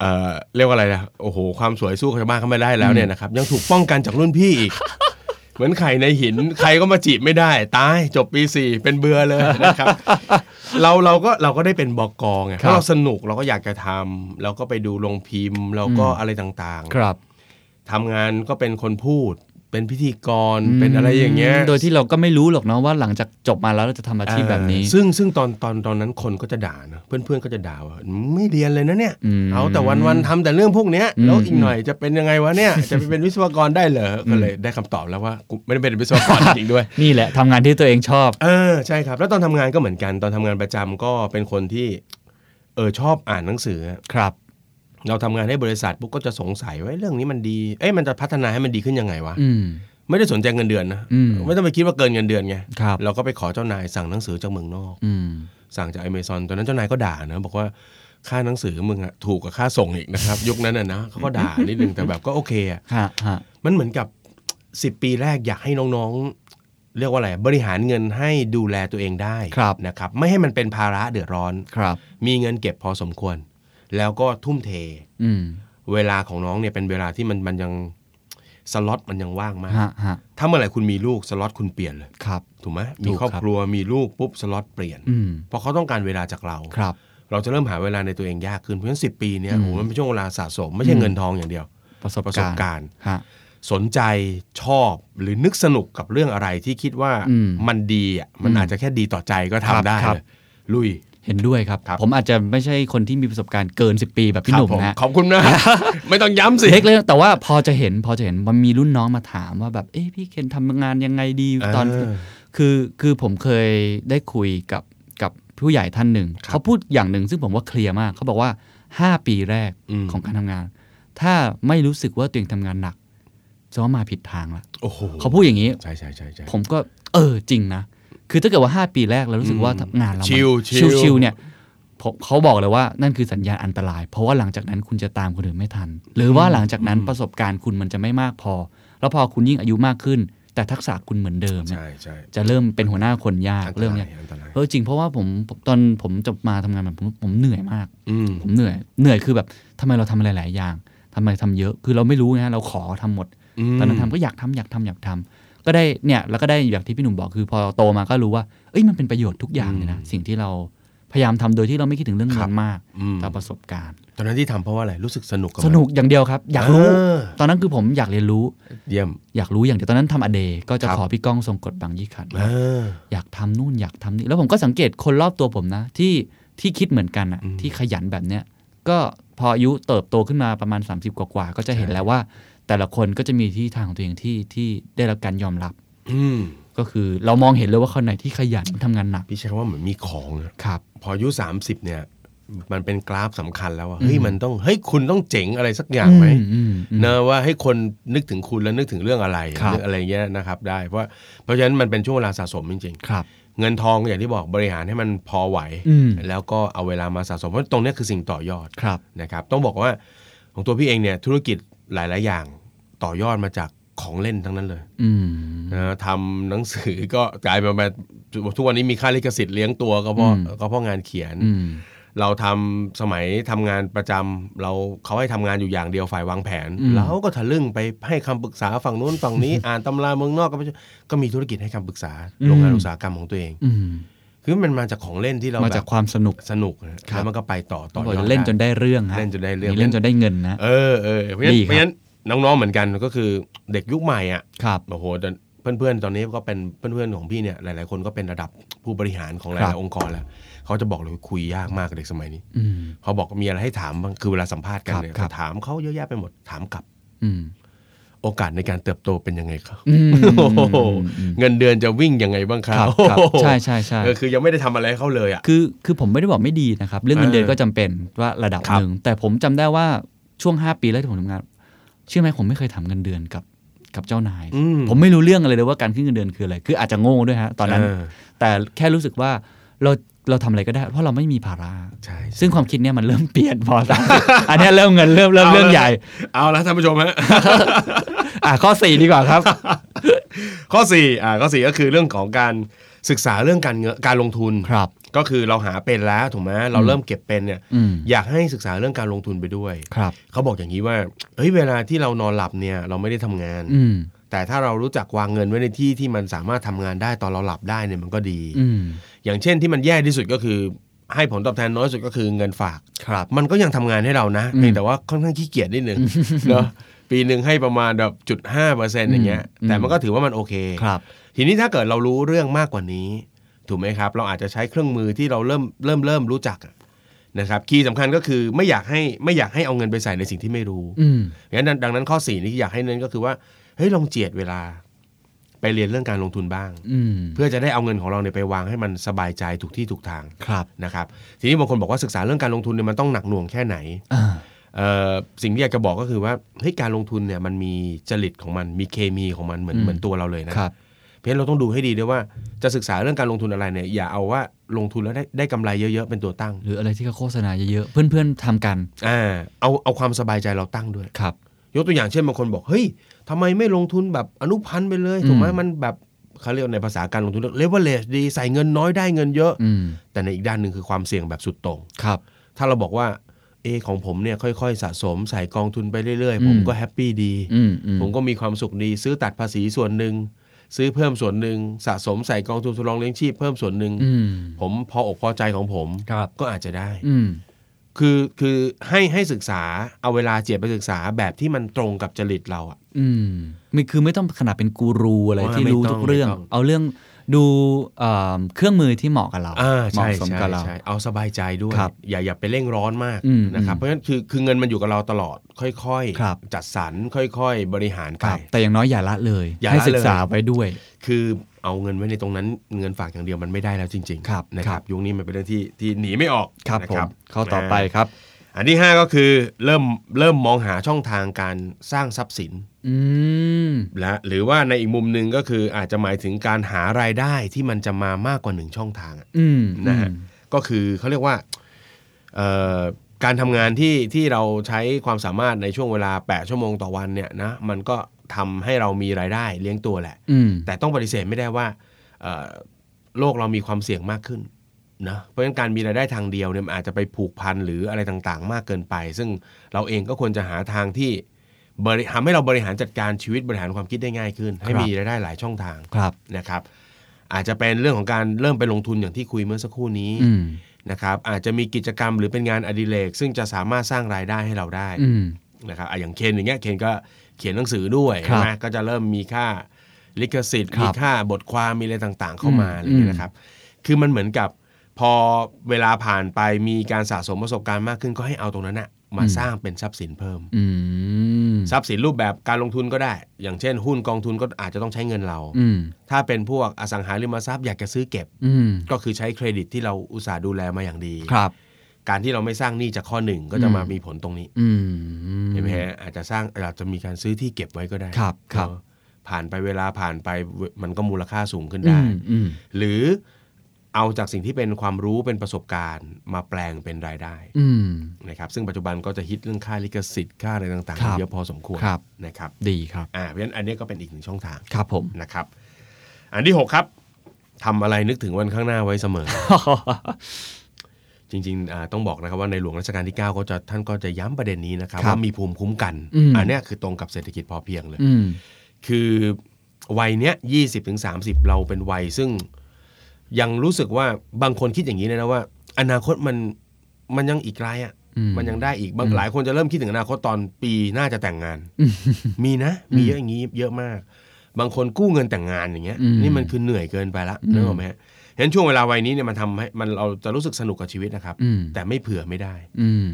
S4: เอ่อเรียกว่าอะไรนะโอ้โห ความสวยสู้ชาวบ้านเขาไม่ได้แล้วเนี่ยนะครับยังถูกป้องกันจากรุ่นพี่ อีก เหมือนไข่ในหิน ใครก็มาจีบไม่ได้ ตายจบปีสี่เป็นเบื่อเลยนะครับ เราเราก็เราก็ได้เป็นบอกกองไงเพ
S3: ครับ
S4: ราะเราสนุกเราก็อยากจะทำเราก็ไปดูลงพิมพ์ เราก็อะไรต่าง
S3: ครับ
S4: ๆทำงานก็เป็นคนพูด เป็นพิธีกรเป็นอะไรอย่างเงี้ย
S3: มโดยที่เราก็ไม่รู้หรอกเนาะว่าหลังจากจบมาแล้วเราจะทำอาชีพแบบนี้
S4: เออซึ่งซึ่งตอนตอนตอนนั้นคนก็จะด่านะเพื่อนเพื่อนๆก็จะด่าว่าไม่เรียนเลยนะเนี่ย
S3: อืม
S4: เอาแต่วันวันๆทำแต่เรื่องพวกเนี้ย
S3: อืม
S4: แล้วอีกหน่อยจะเป็นยังไงวะเนี่ย จะไปเป็นวิศวกรได้เหรอก็เลยได้คำตอบแล้วว่ากูไม่ได้เป็นวิศวกร จริงๆด้วย
S3: นี่แหละทำงานที่ ตัวเองชอบ
S4: เออใช่ครับ แล้วตอนทำงานก็เหมือนกันตอนทำงานประจำก็เป็นคนที่เออชอบอ่านหนังสือ
S3: ครับ
S4: เราทำงานให้บริษัทปุ๊บก็จะสงสัยว่าเรื่องนี้มันดีเอ้ยมันจะพัฒนาให้มันดีขึ้นยังไงวะ
S3: อืม
S4: ไม่ได้สนใจเงินเดือนนะ
S3: อืม
S4: ไม่ต้องไปคิดว่าเกินเงินเดือนไง
S3: ครับ
S4: เราก็ไปขอเจ้านายสั่งหนังสือจากเมืองนอก
S3: อืม
S4: สั่งจากอเมซอนตอนนั้นเจ้านายก็ด่านะ บอกว่าค่าหนังสือมึงอะถูกกว่าค่าส่งอีกนะครับ ยุคนั้นอะนะเขาก็ด่านิดนึง แต่แบบก็โอเคอะ
S3: ฮะฮะ
S4: มันเหมือนกับ 10 ปีแรกอยากให้น้องๆ เรียกว่าอะไรบริหารเงินให้ดูแลตัวเองได้นะครับ ไม่ให้มันเป็นภาระเดือดร้อน
S3: ครับ
S4: มีเงินเก็บพอสมควร แล้วก็ทุ่มเท
S3: อืม
S4: เวลาของน้องเนี่ยเป็นเวลาที่มันมันยังสล็อตมันยังว่างมาก
S3: ฮะฮะ
S4: ถ้าเมื่อไหร่คุณมีลูกสล็อตคุณเปลี่ยนเลย
S3: ครับ
S4: ถูกไหม
S3: ถู
S4: มี
S3: ก
S4: ครอบ
S3: ครับ
S4: ครัวมีลูกปุ๊บสล็อตเปลี่ยน
S3: อืม
S4: เพราะเขาต้องการเวลาจากเรา
S3: ครับ
S4: เราจะเริ่มหาเวลาในตัวเองยากขึ้น เพราะฉะนั้นสิปีเนี้ย
S3: อืม
S4: โอ้โหมันเป็นช่วงเวลาสะสม ไม่ใช่
S3: อืม
S4: เงินทองอย่างเดียว
S3: ประสบ
S4: ประส
S3: กา
S4: บ
S3: รณ์
S4: การณ์
S3: ฮะ
S4: สนใจชอบหรือนึกสนุกกับเรื่องอะไรที่คิดว่า
S3: อืม
S4: มันดีอ่ะมัน
S3: อืม
S4: อาจจะแค่ดีต่อใจก็
S3: ค
S4: ทำ
S3: รับ
S4: ได้
S3: ครับ
S4: เลยลุย
S3: เห็นด้วยครับ
S4: ครับ
S3: ผมอาจจะไม่ใช่คนที่มีประสบการณ์เกิน 10 ปีแบบพี่หนุ่ม
S4: ครับผ
S3: นะ
S4: ขอบคุณ นะ ไม่ต้องย้ำสิ
S3: เทคเลยแต่ว่าพอจะเห็นพอจะเห็นมันมีรุ่นน้องมาถามว่าแบบเอ๊ะพี่เคนทำงานยังไงดีตอน
S4: เ
S3: คือคือผมเคยได้คุยกับกับผู้ใหญ่ท่านหนึ่ง
S4: ครับ
S3: เขาพูดอย่างหนึ่งซึ่งผมว่าเคลียร์มาก เขาบอกว่า 5 ปีแรก
S4: อืม
S3: ของการทำงาน ถ้าไม่รู้สึกว่าตัวเองทำงานหนักจะว่ามาผิดทางละ
S4: โอ้โห
S3: เขาพูดอย่างนี้
S4: ใช่ใช่ใช่ใช่
S3: ผมก็เออจริงนะ คือถ้าเกิดว่า 5 ปีแรกเรารู้สึกว่า
S4: อืม
S3: งานเรา
S4: ชิลชิ
S3: ชิ
S4: ล
S3: ลชิลเนี่ยผมเขาบอกเลยว่านั่นคือสัญญาณอันตราย เพราะว่าหลังจากนั้นคุณจะตามคนอื่นไม่ทัน หรือว่าหลังจากนั้นประสบการณ์คุณมันจะไม่มากพอ แล้วพอคุณยิ่งอายุมากขึ้น แต่ทักษะคุณเหมือนเดิมเนี่ย
S4: ใช่ใช่
S3: จะเริ่มเป็นหัวหน้าคนยาก
S4: อันต
S3: เรื่อง
S4: รา
S3: เนี้
S4: ย
S3: ย
S4: อันตราย
S3: เออจริงเพราะว่าผมผมตอนผมจะมาทำงานแบบผมผมเหนื่อยมาก
S4: อืม
S3: ผมเหนื่อยเหนื่อยคือแบบทำไมเราทำอะไรหลายอย่างทำไมทำเยอะคือเราไม่รู้นะเราขอทำหมด
S4: ม
S3: ตอนนั้นทำก็อยากทำอยากทำอยากทำก็ได้เนี่ยแล้วก็ได้อย่างที่พี่หนุ่มบอกคือพอโตมาก็รู้ว่าเอ้ยมันเป็นประโยชน์ทุกอย่างเลยนะสิ่งที่เราพยายามทำโดยที่เราไม่คิดถึงเรื่องเงินมาก
S4: อืม
S3: ตามประสบการณ์
S4: ตอนนั้นที่ทำเพราะว่าอะไรรู้สึกสนุกกับมั
S3: สนุกอย่างเดียวครับ อยากรู้
S4: เออ
S3: ตอนนั้นคือผมอยากเรียนรู้
S4: เยี่ยม
S3: อยากรู้อย่างเดียวตอนนั้นทำอเดย์ก็จะ
S4: ครับ
S3: ขอพี่ก้องทรงกฎบางยี่ขัน
S4: เออ
S3: อยากทำนู่นอยากทำนี่ แล้วผมก็สังเกตคนรอบตัวผมนะ ที่ที่คิดเหมือนกันอะ
S4: อืม
S3: ที่ขยันแบบเนี้ยก็พออายุเติบโตขึ้นมาประมาณ 30 กว่าๆก็จะเห็นแล้วว่า แต่ละคนก็จะมีที่ทางของตัวเองที่ที่ได้รับการยอมรับ
S4: อืม
S3: ก็คือเรามองเห็นเลยว่าคนไหนที่ขยันทำงานหนัก
S4: พี่ใช้คำว่าเหมือนมีของนะ
S3: ครับ
S4: พออายุ30เนี่ยมันเป็นกราฟสำคัญแล้วว่า
S3: อืม
S4: เฮ้ยมันต้องเฮ้ยคุณต้องเจ๋งอะไรสักอย่างไหม
S3: มอืมอืม
S4: นะว่าให้คนนึกถึงคุณแล้วนึกถึงเรื่องอะไร
S3: ครับ
S4: นึกอะไรเงี้ยนะครับได้เพราะเพราะฉะนั้นมันเป็นช่วงเวลาสะสมจริง
S3: ครับ
S4: ๆ เงินทองอย่างที่บอกบริหารให้มันพอไหว
S3: อืม
S4: แล้วก็เอาเวลามาสะสมเพราะตรงเนี้ยคือสิ่งต่อยอด
S3: ครับ
S4: นะครับต้องบอกว่าของตัวพี่เองเนี่ยธุรกิจหลาย ๆ อย่างต่อยอดมาจากของเล่นทั้งนั้นเลย
S3: อืม
S4: นะทำหนังสือก็กลายมาเป็นทุกวันนี้มีค่าลิขสิทธิ์เลี้ยงตัวก็เพราะ
S3: อืม
S4: ก็เพราะงานเขียน
S3: อืม
S4: เราทำสมัยทำงานประจำเราเขาให้ทำงานอยู่อย่างเดียวฝ่ายวางแผน
S3: อืม
S4: เราก็ทะลึ่งไปให้คำปรึกษาฝั่งนู้นฝั่ง นี้ อ่านตำราเมืองนอกก็ไปก็มีธุรกิจให้คำปรึกษาโรงงานอุตสาหกรรมของตัวเอง
S3: อืม
S4: คือมันมาจากของเล่นที่เรา
S3: มา
S4: แบ
S3: จาก
S4: บ
S3: ความสนุก
S4: สนุกนะ
S3: ครั
S4: แล้
S3: บ
S4: วมันก็ไปต่อต่
S3: ต้อ
S4: อง ย
S3: บ
S4: อ
S3: อก
S4: ด
S3: เล่นจนได้เรื่องฮะ
S4: เล่นจนได้เรื่อง
S3: มีเล่นจนได้เงินนะ
S4: เออเออเพราะฉะนั้
S3: ดีครับ
S4: นเพราะฉะนั้นน้องๆเหมือนกันก็คือเด็กยุคใหม่อ่ะ
S3: ครับ
S4: โอ้โหแต่เพื่อนๆตอนนี้ก็เป็นเพื่อนๆของพี่เนี่ยหลายๆคนก็เป็นระดับผู้บริหารของห
S3: ครั
S4: ลาย
S3: บ
S4: ๆองค์กรแล้วเขาจะบอกเลยคุยยากมากกับเด็กสมัยนี้
S3: อืม
S4: พอบอกมีอะไรให้ถามบ้างคือเวลาสัมภาษณ์กันเนี่ย
S3: ครับครับ
S4: ถามเขาเยอะแยะไปหมดถามกลับ
S3: อืม
S4: โอกาสในการเติบโตเป็นยังไงครับ
S3: อืม
S4: โอ้โห
S3: อืม
S4: เงินเดือนจะวิ่งยังไงบ้างครั
S3: ครับ บครับ
S4: โอ้โห
S3: ใช่ใช่ใช่
S4: เออคือยังไม่ได้ทำอะไรให้เขาเลยอ่ะ
S3: คือคือผมไม่ได้บอกไม่ดีนะครับ เรื่องเงินเดือนก็จำเป็นว่าระดับ
S4: ครับ
S3: หนึ่งแต่ผมจำได้ว่าช่วง 5 ปีแรกที่ผมทำงานเชื่อไหมผมไม่เคยถามเงินเดือนกับกับเจ้านาย
S4: อืม
S3: ผมไม่รู้เรื่องอะไรเลยว่าการขึ้นเงินเดือนคืออะไร คืออาจจะโง่ด้วยฮะตอนนั้น
S4: เออ
S3: แต่แค่รู้สึกว่าเรา เราทำอะไรก็ได้ เพราะเราไม่มีภาระ
S4: ใช่
S3: ซึ่งความคิดเนี่ยมันเริ่มเปลี่ยนพอตาม อันเนี้ยเริ่มเงินเริ่มเริ่มเรื่องใหญ่
S4: เอาละท่านผู้ชมฮะ
S3: อ่ะข้อสี่ดีกว่า ครับ
S4: ข้อ4อ่าข้อ 4 ก็คือเรื่องของการศึกษาเรื่องการเงินการลงทุน
S3: ครับ
S4: ก็คือเราหาเป็นแล้วถูกไหมเราเริ่มเก็บเป็นเนี่ย
S3: อืม
S4: อยากให้ศึกษาเรื่องการลงทุนไปด้วย
S3: ครับ
S4: เขาบอกอย่างนี้ว่าเฮ้ยเวลาที่เรานอนหลับเนี่ยเราไม่ได้ทำงาน
S3: อืม
S4: แต่ถ้าเรารู้จักวางเงินไว้ในที่ที่มันสามารถทำงานได้ตอนเราหลับได้เนี่ยมันก็ดี
S3: อืม
S4: อย่างเช่นที่มันแย่ที่สุดก็คือ ให้ผลตอบแทนน้อยสุดก็คือเงินฝาก
S3: ครับ
S4: มันก็ยังทำงานให้เรานะ
S3: อืม
S4: เพียงแต่ว่าค่อนข้างขี้เกียจนิดหนึ่งเนาะปีหนึ่งให้ประมาณแบบจุดห้าเปอร์เซ็นต์อย่างเงี้ย
S3: อืม
S4: แต่มันก็ถือว่ามันโอเค
S3: ครับ
S4: ทีนี้ถ้าเกิดเรารู้เรื่องมากกว่านี้ ถูกไหมครับ เราอาจจะใช้เครื่องมือที่เราเริ่มเริ่มเริ่มรู้จักอะนะครับคีย์สำคัญก็คือไม่อยากให้ไม่อยากให้เอาเงินไปใส่ในสิ่งที่ไม่รู้
S3: อืม
S4: งั้นดังดังนั้นข้อสี่นี่อยากให้เน้นก็คือว่าเฮ้ยลองเจียดเวลา ไปเรียนเรื่องการลงทุนบ้าง
S3: อืม
S4: เพื่อจะได้เอาเงินของเราเนี่ยไปวางให้มันสบายใจถูกที่ถูกทาง
S3: ครับ
S4: นะครับทีนี้บางคนบอกว่าศึกษาเรื่องการลงทุนเนี่ยมันต้องหนักหน่วงแค่ไหน
S3: อ่า
S4: เอ่อสิ่งที่อยากจะบอกก็คือว่าเฮ้ยการลงทุนเนี่ยมันมีจริตของมันมีเคมีของมันเหมือนเหมือนตัวเราเลยนะ
S3: ครับ
S4: เพราะฉะนั้นเราต้องดูให้ดีด้วยว่าจะศึกษาเรื่องการลงทุนอะไรเนี่ยอย่าเอาว่าลงทุนแล้วได้ได้กำไรเยอะๆเป็นตัวตั้ง
S3: หรืออะไรที่เขาโฆษณาเยอะๆ เพื่อนๆทำกัน
S4: อ่าเอาเอาความสบายใจเราตั้งด้วย
S3: ครับ
S4: ยกตัวอย่างเช่นบางคนบอกเฮ้ยทำไมไม่ลงทุนแบบอนุพันธ์ไปเลยถูกไหม
S3: อืม
S4: มันแบบเขาเรียกในภาษาการลงทุนเลเวลเลชดีใส่เงินน้อยได้เงินเยอะ
S3: อืม
S4: แต่ในอีกด้านหนึ่งคือความเสี่ยงแบบสุดโต่ง
S3: ครับ
S4: ถ้าเราบอกว่าเออของผมเนี่ยค่อยๆ สะสมใส่กองทุนไปเรื่อย
S3: อืม
S4: ๆ ผมก็แฮปปี้ดี
S3: อืมอืม
S4: ผมก็มีความสุขดีซื้อตัดภาษีส่วนหนึ่งซื้อเพิ่มส่วนหนึ่งสะสมใส่กองทุนสำรองเลี้ยงชีพเพิ่มส่วนหนึ่ง
S3: อืม
S4: ผมพออกพอใจของผม
S3: ครับ
S4: ก็อาจจะได้
S3: อืม
S4: คือคือให้ให้ศึกษาเอาเวลาเจียดไปศึกษาแบบที่มันตรงกับจริตเราอะ
S3: อืมไม่คือไม่ต้องขนาดเป็นกูรูอะไร
S4: ว่า
S3: ที่
S4: ไม่
S3: รู้
S4: ต้อง
S3: ทุกเรื่อง
S4: ไม่ต้อง
S3: เอาเรื่องดูเอ่อเครื่องมือที่เหมาะกับเรา
S4: อ่า
S3: เหมาะ
S4: ใช่
S3: สม
S4: ใช่
S3: กับเรา
S4: ใช่เอาสบายใจด้วย
S3: ครับ
S4: อย่าอย่าไปเร่งร้อนมาก
S3: อืม
S4: นะครับ
S3: อืม
S4: เพราะฉะนั้นคือคือเงินมันอยู่กับเราตลอดค่อย
S3: ครับ
S4: จัดสรรค่อย ๆ บริหาร
S3: ค
S4: ไป
S3: รับ แต่อย่างน้อยอย่าละเลย
S4: อย่า
S3: ให้
S4: ละ
S3: ศึกษา
S4: เลย
S3: ไปด้วย
S4: คือเอาเงินไว้ในตรงนั้นเงินฝากอย่างเดียวมันไม่ได้แล้วจริง
S3: ครับ
S4: นะ
S3: ค
S4: ค
S3: รั
S4: รับ บยุคนี้มันเป็นเรื่องที่ที่หนีไม่ออก
S3: ครับ
S4: นะ
S3: ผมเข้าต่อไป
S4: า
S3: ครับ
S4: อันที่ 5 ก็คือเริ่มเริ่มมองหาช่องทางการสร้างทรัพย์สิน
S3: อืม
S4: และหรือว่าในอีกมุมหนึ่งก็คืออาจจะหมายถึงการหารายได้ที่มันจะมามากกว่าหนึ่งช่องทางอะ
S3: อืม
S4: นะ
S3: อื
S4: ฮะ
S3: ม
S4: ก็คือเขาเรียกว่าเอ่อการทำงานที่ที่เราใช้ความสามารถในช่วงเวลา 8 ชั่วโมงต่อวันเนี่ยนะมันก็ทำให้เรามีรายได้เลี้ยงตัวแหละ
S3: อืม
S4: แต่ต้องปฏิเสธไม่ได้ว่าเอ่อโลกเรามีความเสี่ยงมากขึ้นนะเพราะฉะนั้นการมีรายได้ทางเดียวเนี่ยมันอาจจะไปผูกพันหรืออะไรต่างๆ มากเกินไป ซึ่งเราเองก็ควรจะหาทางที่บริทำให้เราบริหารจัดการชีวิตบริหารความคิดได้ง่ายขึ้น ให้
S3: ครับ
S4: มีรายได้หลายช่องทาง
S3: ครับ
S4: นะครับ อาจจะเป็นเรื่องของการเริ่มไปลงทุนอย่างที่คุยเมื่อสักครู่นี้
S3: อืม
S4: นะครับอาจจะมีกิจกรรมหรือเป็นงานอดิเรกซึ่งจะสามารถสร้างรายได้ให้เราได้
S3: อืม
S4: นะครับอ่ะอย่างเคนอย่างเงี้ยเคนก็เขียนหนังสือด้วย
S3: ครั
S4: ใช่
S3: บ
S4: ไหมก็จะเริ่มมีค่าลิขสิทธิ์
S3: ครับ
S4: มีค่าบทความมีอะไรต่างๆ เข้ามา
S3: อืม
S4: อะไรเงี้
S3: อืม
S4: ยนะครับ คือมันเหมือนกับพอเวลาผ่านไปมีการสะสมประสบการณ์มากขึ้นก็ให้เอาตรงนั้นนะมาสร้างเป็นทรัพย์สินเพิ่ม
S3: อืม
S4: ทรัพย์สินรูปแบบการลงทุนก็ได้ อย่างเช่น หุ้นกองทุนก็อาจจะต้องใช้เงินเรา
S3: อืม
S4: ถ้าเป็นพวกอสังหาริมทรัพย์อยากจะซื้อเก็บ
S3: อืม
S4: ก็คือใช้เครดิตที่เราอุตส่าห์ดูแลมาอย่างดี
S3: ครับ
S4: การที่เราไม่สร้างหนี้จากข้อหนึ่งก็จะมามีผลตรงนี้
S3: อืม
S4: เห็นไหมฮะอาจจะสร้างอาจจะมีการซื้อที่เก็บไว้ก็ได้
S3: ครับครับ
S4: เนอะผ่านไปเวลาผ่านไปเวมันก็มูลค่าสูงขึ้น
S3: อื
S4: ได้
S3: มอืม
S4: หรือเอาจากสิ่งที่เป็นความรู้เป็นประสบการณ์ มาแปลงเป็นรายได้
S3: อืม
S4: นะครับซึ่งปัจจุบันก็จะฮิตเรื่องค่าลิขสิทธิ์ค่าอะไรต่าง
S3: ครับ
S4: ๆเยอะพอสมควร
S3: ครับ
S4: นะครับ
S3: ดีครับ
S4: อ่าเพราะฉะนั้นอันนี้ก็เป็นอีกหนึ่งช่องทาง
S3: ครับ ผม
S4: นะครับ อันที่ 6 ครับทำอะไรนึกถึงวันข้างหน้าไว้เสมอ จริงๆอ่าต้องบอกนะครับว่าในหลวงรัชกาลที่ 9 ก็จะท่านก็จะย้ำประเด็นนี้นะครับ
S3: ครับ
S4: ว่ามีภูมิคุ้มกัน
S3: อืม
S4: นเนี้ยคือตรงกับเศรษฐกิจพอเพียงเลย
S3: อืม
S4: คือวัยเนี้ยยี่สิบถึงสาสิบเราเป็นวัยซึ่งยังรู้สึกว่าบางคนคิดอย่างนี้เลยนะว่า อนาคตมันมันยังอีกไกลอ่ะ
S3: อืม
S4: มันยังได้อีกบางหลายคนจะเริ่มคิดถึงอนาคตตอนปีหน้าจะแต่ง งาน มีนะ มีเยอะอย่างนี้เยอะมาก บางคนกู้เงินแต่งงานอย่างเงี้ย
S3: อืม
S4: นี่มันคือเหนื่อยเกินไปละ
S3: อืม
S4: นึกออกไหมฮะเห็นช่วงเวลาวัยนี้เนี่ยมันทำให้มันเราจะรู้สึกสนุกกับชีวิตนะครับ
S3: อืม
S4: แต่ไม่เผื่อไม่ได้
S3: อืม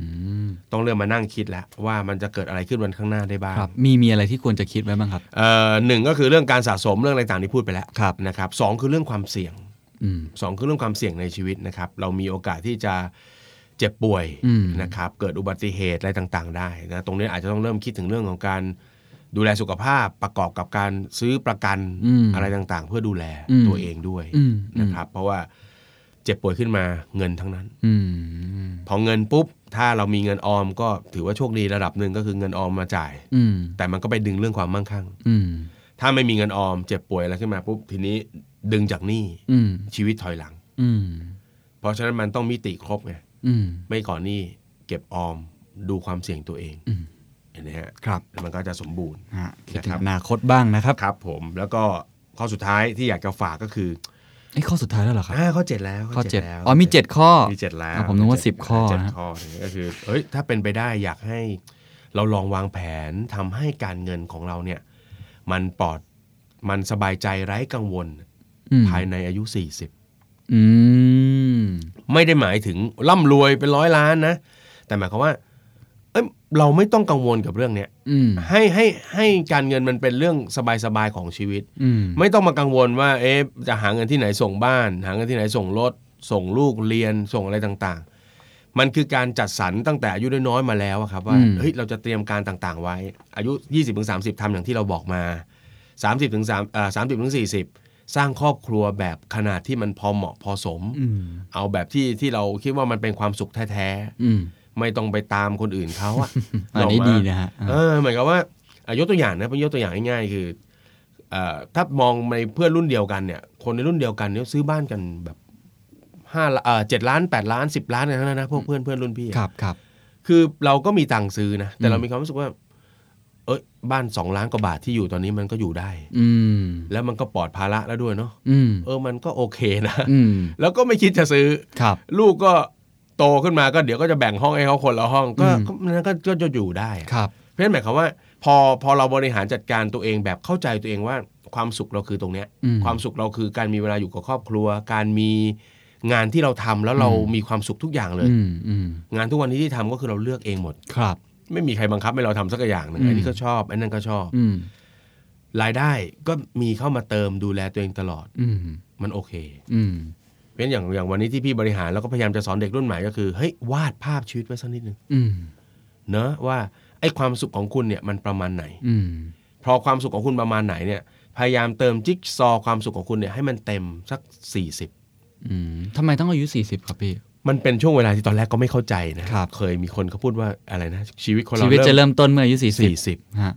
S4: ต้องเริ่มมานั่งคิดแล้วว่ามันจะเกิดอะไรขึ้นวันข้างหน้าได้บ้าง
S3: ครับมีมีอะไรที่ควรจะคิดไว้บ้างครับ
S4: เอ่อหนึ่งก็คือเรื่องการสะสมเรื่องอะไรต่างที่พูดไปแล้ว
S3: ครับ
S4: นะครับสองคือเรื่องความเสี่ยง
S3: อืม
S4: สองคือเรื่องความเสี่ยงในชีวิตนะครับ เรามีโอกาสที่จะเจ็บป่วย
S3: อืม
S4: นะครับ เกิดอุบัติเหตุอะไรต่างๆ ได้นะตรงนี้อาจจะต้องเริ่มคิดถึงเรื่องของการดูแลสุขภาพประกอบกับการซื้อประกัน
S3: อืม
S4: อะไรต่างๆ เพื่อดูแล
S3: อืม
S4: ตัวเองด้วย
S3: อืม
S4: นะครับ เพราะว่า เจ็บป่วยขึ้นมาเงินทั้งนั้น
S3: อืม
S4: พอเงินปุ๊บ ถ้าเรามีเงินออมก็ถือว่าโชคดีระดับหนึ่งก็คือเงินออมมาจ่าย
S3: อืม
S4: แต่มันก็ไปดึงเรื่องความมั่งคั่ง
S3: อืม
S4: ถ้าไม่มีเงินออมเจ็บป่วยอะไรขึ้นมาปุ๊บทีนี้ดึงจากหนี้
S3: อืม
S4: ชีวิตถอยหลัง
S3: อืม
S4: เพราะฉะนั้นมันต้องมิติครบไง
S3: อืม
S4: ไม่ก่อนหนี้เก็บออมดูความเสี่ยงตัวเอง
S3: อืม
S4: เห็นไหมฮะ
S3: ครับ
S4: มันก็จะสมบูรณ์
S3: ฮะคิดถึ
S4: นะครั
S3: ง
S4: บ
S3: อนาคตบ้างนะครับ
S4: ครับผมแล้วก็ข้อสุดท้ายที่อยากจะฝากก็คือ
S3: ไอ้ยข้อสุดท้ายแล้วเหรอครับ
S4: อ่าข้อเจ็ดแล้ว
S3: ข้อเจ็ด
S4: แล้ว
S3: อ๋อมีเจ็ดข้อ
S4: มีเจ็ดแล้ว
S3: อ่ะผมนึกว่าสิบข้อ
S4: เจ็ด
S3: นะ
S4: ข้อเนี่ยก็คือเอ้ยถ้าเป็นไปได้อยากให้เราลองวางแผนทำให้การเงินของเราเนี่ย มันปลอดมันสบายใจไร้กังวล
S3: อืม
S4: ภายในอายุ 40
S3: อืม
S4: ไม่ได้หมายถึงร่ำรวยเป็นร้อยล้านนะ แต่หมายความว่า เอ้ยเราไม่ต้องกังวลกับเรื่องเนี้ย
S3: อืม
S4: ให้ให้ให้การเงินมันเป็นเรื่องสบายๆของชีวิต
S3: อืม
S4: ไม่ต้องมากังวลว่า เอ๊ะจะหาเงินที่ไหนส่งบ้าน หาเงินที่ไหนส่งรถ ส่งลูกเรียนส่งอะไรต่างๆ มันคือการจัดสรรตั้งแต่อายุน้อยๆมาแล้วอะครับว่า
S3: อืม
S4: เฮ้ยเราจะเตรียมการต่างๆ ไว้ อายุ 20-30ถึง30ทำอย่างที่เราบอกมา 30ถึง3เอ่อ30ถึง40 สร้างครอบครัวแบบขนาดที่มันพอเหมาะพอสม
S3: อืม
S4: เอาแบบที่ที่เราคิดว่ามันเป็นความสุขแท้
S3: อืม
S4: ๆ ไม่ต้องไปตามคนอื่นเขา อะ
S3: อันนี้
S4: เรามา
S3: ดีนะฮะ
S4: เอ
S3: อ่ะ
S4: อเหมือนกับว่าอายกตัวอย่างนะเป็นยกตัวอย่างง่ายๆคือเอ่อถ้ามองในเพื่อนรุ่นเดียวกันเนี่ย คนในรุ่นเดียวกันเนี่ยซื้อบ้านกันแบบห้าเอ่อเจ็ดล้านแปดล้านสิบล้านกันทั้งนั้นนะพวกเพื่อนเพื่อนรุ่นพี่อะ
S3: ครับครับ
S4: คือเราก็มีตังค์ซื้อนะ แต่เรา
S3: อืม
S4: มีความรู้สึกว่า เอ้ยบ้านสองล้านกว่าบาทที่อยู่ตอนนี้มันก็อยู่ได้
S3: อืม
S4: แล้วมันก็ปลอดภาระแล้วด้วยเนาะ
S3: อืม
S4: เออมันก็โอเคนะ
S3: อืม
S4: แล้วก็ไม่คิดจะซื้อ
S3: ครับ
S4: ลูกก็โตขึ้นมาก็เดี๋ยวก็จะแบ่งห้องให้เขาคนละห้องก็
S3: อืม
S4: ก็นั้นก็ก็จะอยู่ได้อะ
S3: ครับ
S4: เพราะฉะนั้นหมายความว่า พอพอเราบริหารจัดการตัวเองแบบเข้าใจตัวเองว่าความสุขเราคือตรงเนี้ย
S3: อืม
S4: ความสุขเราคือการมีเวลาอยู่กับครอบครัว การมีงานที่เราทำแล้วเรามีความสุขทุกอย่างเลย
S3: อืม อืม
S4: งานทุกวันนี้ที่ทำก็คือเราเลือกเองหมด
S3: ครับ
S4: ไม่มีใครบังคับให้เราทำสักอย่างหนึ่ง
S3: อืม
S4: อันนี้ก็ชอบอันนั้นก็ชอบ
S3: อืม
S4: รายได้ก็มีเข้ามาเติมดูแลตัวเองตลอด
S3: อืม
S4: มันโอเค
S3: อืม
S4: เพราะฉะนั้นอย่างอย่างวันนี้ที่พี่บริหารแล้วก็พยายามจะสอนเด็กรุ่นใหม่ก็คือเฮ้ยวาดภาพชีวิตไว้สักนิดหนึ่ง
S3: อืม
S4: เนอะว่าไอ้ความสุขของคุณเนี่ยมันประมาณไหน
S3: อืม
S4: พอความสุขของคุณประมาณไหนเนี่ยพยายามเติมจิ๊กซอว์ความสุขของคุณเนี่ยให้มันเต็มสัก 40
S3: อืมทำไมต้องอายุ 40 ครับพี่
S4: มันเป็นช่วงเวลาที่ตอนแรกก็ไม่เข้าใจนะครับ เคยมีคนเขาพูดว่าอะไรนะ ชีวิตคนเรา
S3: ชีวิตจะ
S4: เริ่ม
S3: เริ่มต้นเมื่ออายุ 40
S4: 40
S3: ฮะ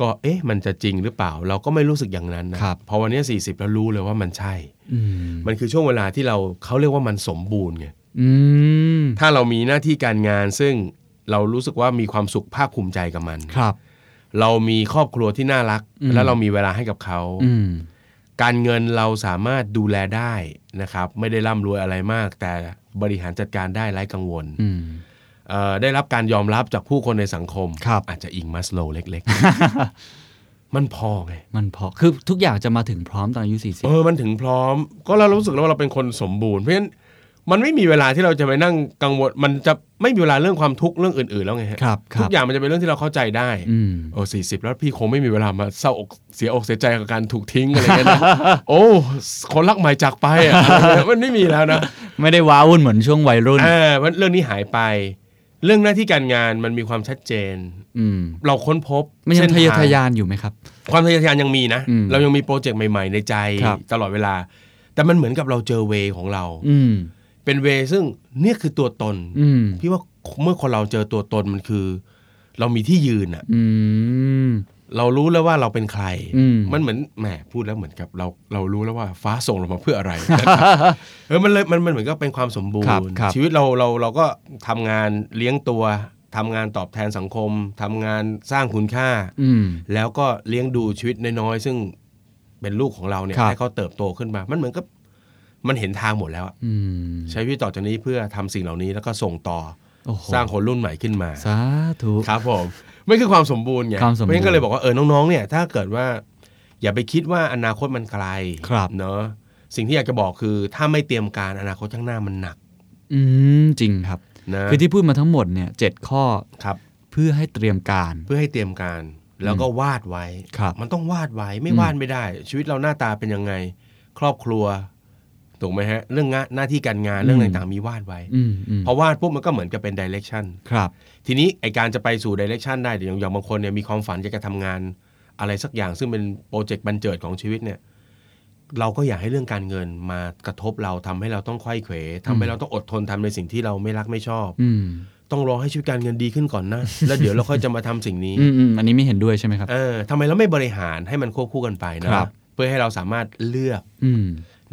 S4: ก็เอ๊ะมันจะจริงหรือเปล่า เราก็ไม่รู้สึกอย่างนั้นนะครับ พอวันเนี้ย40 แล้วรู้เลยว่ามันใช่
S3: อืม
S4: มันคือช่วงเวลาที่เราเขาเรียกว่ามันสมบูรณ์ไง
S3: อืม
S4: ถ้าเรามีหน้าที่การงานซึ่งเรารู้สึกว่ามีความสุขภาคภูมิใจกับมัน
S3: ครับ
S4: เรามีครอบครัวที่น่ารัก
S3: อืม
S4: แล้วเรามีเวลาให้กับเขา
S3: อืม
S4: การเงินเราสามารถดูแลได้นะครับ ไม่ได้ร่ำรวยอะไรมาก แต่บริหารจัดการได้ไร้กังวล
S3: อืม
S4: เอ่อได้รับการยอมรับจากผู้คนในสังคม
S3: ครับ
S4: อาจจะอิงมัสโลว์เล็กๆ มันพอไง
S3: มันพอ คือทุกอย่างจะมาถึงพร้อมตอนอายุ
S4: เออมันถึงพร้อม ก็เรารู้สึกแล้วว่าเราเป็นคนสมบูรณ์เพราะฉะนั้นมันไม่มีเวลาที่เราจะไปนั่งกังวล มันจะไม่มีเวลาเรื่องความทุกข์เรื่องอื่นๆแล้วไงฮะ
S3: 40 ครับ ค
S4: ทุ
S3: รับ
S4: กอย่างมันจะเป็นเรื่องที่เราเข้าใจได้
S3: อืม
S4: โอ้สี่สิบแล้วพี่คงไม่มีเวลามาเศร้าอกเสียอกเสียใจกับการถูกทิ้งอะไรเงี้ยนะ โอ้คนรักใหม่จากไปอะอะไรเงี้ยมันไม่มีแล้วนะ
S3: ไม่ได้ว้าวุ่นเหมือนช่วงวัยรุ่น
S4: เออมันเรื่องนี้หายไป เรื่องหน้าที่การงานมันมีความชัดเจน
S3: อืม
S4: เราค้นพบ
S3: มันยัง
S4: เส้
S3: ทะเยอทะ
S4: ทาง
S3: ยานอยู่ไหมครับ
S4: ความทะเยอทะยานยังมีนะ
S3: อืม
S4: เรายังมีโปรเจกต์ใหม่ ๆ ในใจ
S3: ครับ
S4: ตลอดเวลา แต่มันเหมือนกับเราเจอเวของเรา
S3: อืม
S4: เป็นเวซึ่งเนี่ยคือตัวตน
S3: อืม
S4: พี่ว่าเมื่อคนเราเจอตัวตนมันคือ เรามีที่ยืนอะ
S3: อืม
S4: เรารู้แล้วว่าเราเป็นใคร
S3: อืม
S4: มันเหมือนแหมพูดแล้วเหมือนกับเราเรารู้แล้วว่าฟ้าส่งเรามาเพื่ออะไร นะครับเออมันเลยมันมันเหมือนกับเป็นความสมบูร
S3: ครับ
S4: ณ์
S3: ครับ
S4: ชีวิตเราเราเราก็ทำงานเลี้ยงตัวทำงานตอบแทนสังคมทำงานสร้างคุณค่า
S3: อืม
S4: แล้วก็เลี้ยงดูชีวิตน้อยๆซึ่งเป็นลูกของเราเนี่ย
S3: ครับ
S4: ให้เขาเติบโตขึ้นมา มันเหมือนกับมันเห็นทางหมดแล้วอะ
S3: อืม
S4: ใช้ชีวิตต่อจากนี้เพื่อทำสิ่งเหล่านี้แล้วก็ส่งต่อ
S3: โอ้โห
S4: สร้างคนรุ่นใหม่ขึ้นมา
S3: สาธุ
S4: ครับผมไม่คือความสมบูรณ์ไง
S3: ความสมบูรณ์
S4: เพะฉะนั้นก็เลยบอกว่าเออน้องๆเนี่ยถ้าเกิดว่า อย่าไปคิดว่าอนาคตมันไกล
S3: ครับ
S4: เนอะสิ่งที่อยากจะบอกคือ ถ้าไม่เตรียมการอนาคตข้างหน้ามันหนัก
S3: อืม จริงครับ
S4: นะ
S3: คือที่พูดมาทั้งหมดเนี่ยเจ็ดข้อ
S4: ครับ
S3: เพื่อให้เตรียมการ
S4: เพื่อให้เตรียมการแล้วก็วาดไว้
S3: ครับ
S4: มันต้องวาดไว้ไม่วาดไม่ได้ ชีวิตเราหน้าตาเป็นยังไง ครอบครัวถูกไหมฮะ เรื่องงานหน้าที่การงานเรื่อง
S3: อืม
S4: ต่างๆมีวาดไว้
S3: อืมอืม
S4: พอวาดปุ๊บมันก็เหมือนกับเป็นดิเรกชัน
S3: ครับ
S4: ทีนี้ไอการจะไปสู่ดิเรกชันได้เดี๋ยวอย่างอย่างบางคนเนี่ยมีความฝันอยากจะทำงานอะไรสักอย่างซึ่งเป็นโปรเจกต์บันเจิดของชีวิตเนี่ย เราก็อยากให้เรื่องการเงินมากระทบเราทำให้เราต้องไขว้เขวทำให้เราต้องอดทนทำในสิ่งที่เราไม่รักไม่ชอบ
S3: อืม
S4: ต้องรอให้ชีวิตการเงินดีขึ้นก่อนนะ แล้วเดี๋ยวเราค่อยจะมาทำสิ่งนี้
S3: อืมอืมอันนี้ไม่เห็นด้วยใช่ไหมครับ
S4: เออทำไมเราไม่บริหารให้มันควบคู่กันไปนะครับ เพื่อให้เราสามารถเลือก
S3: อืม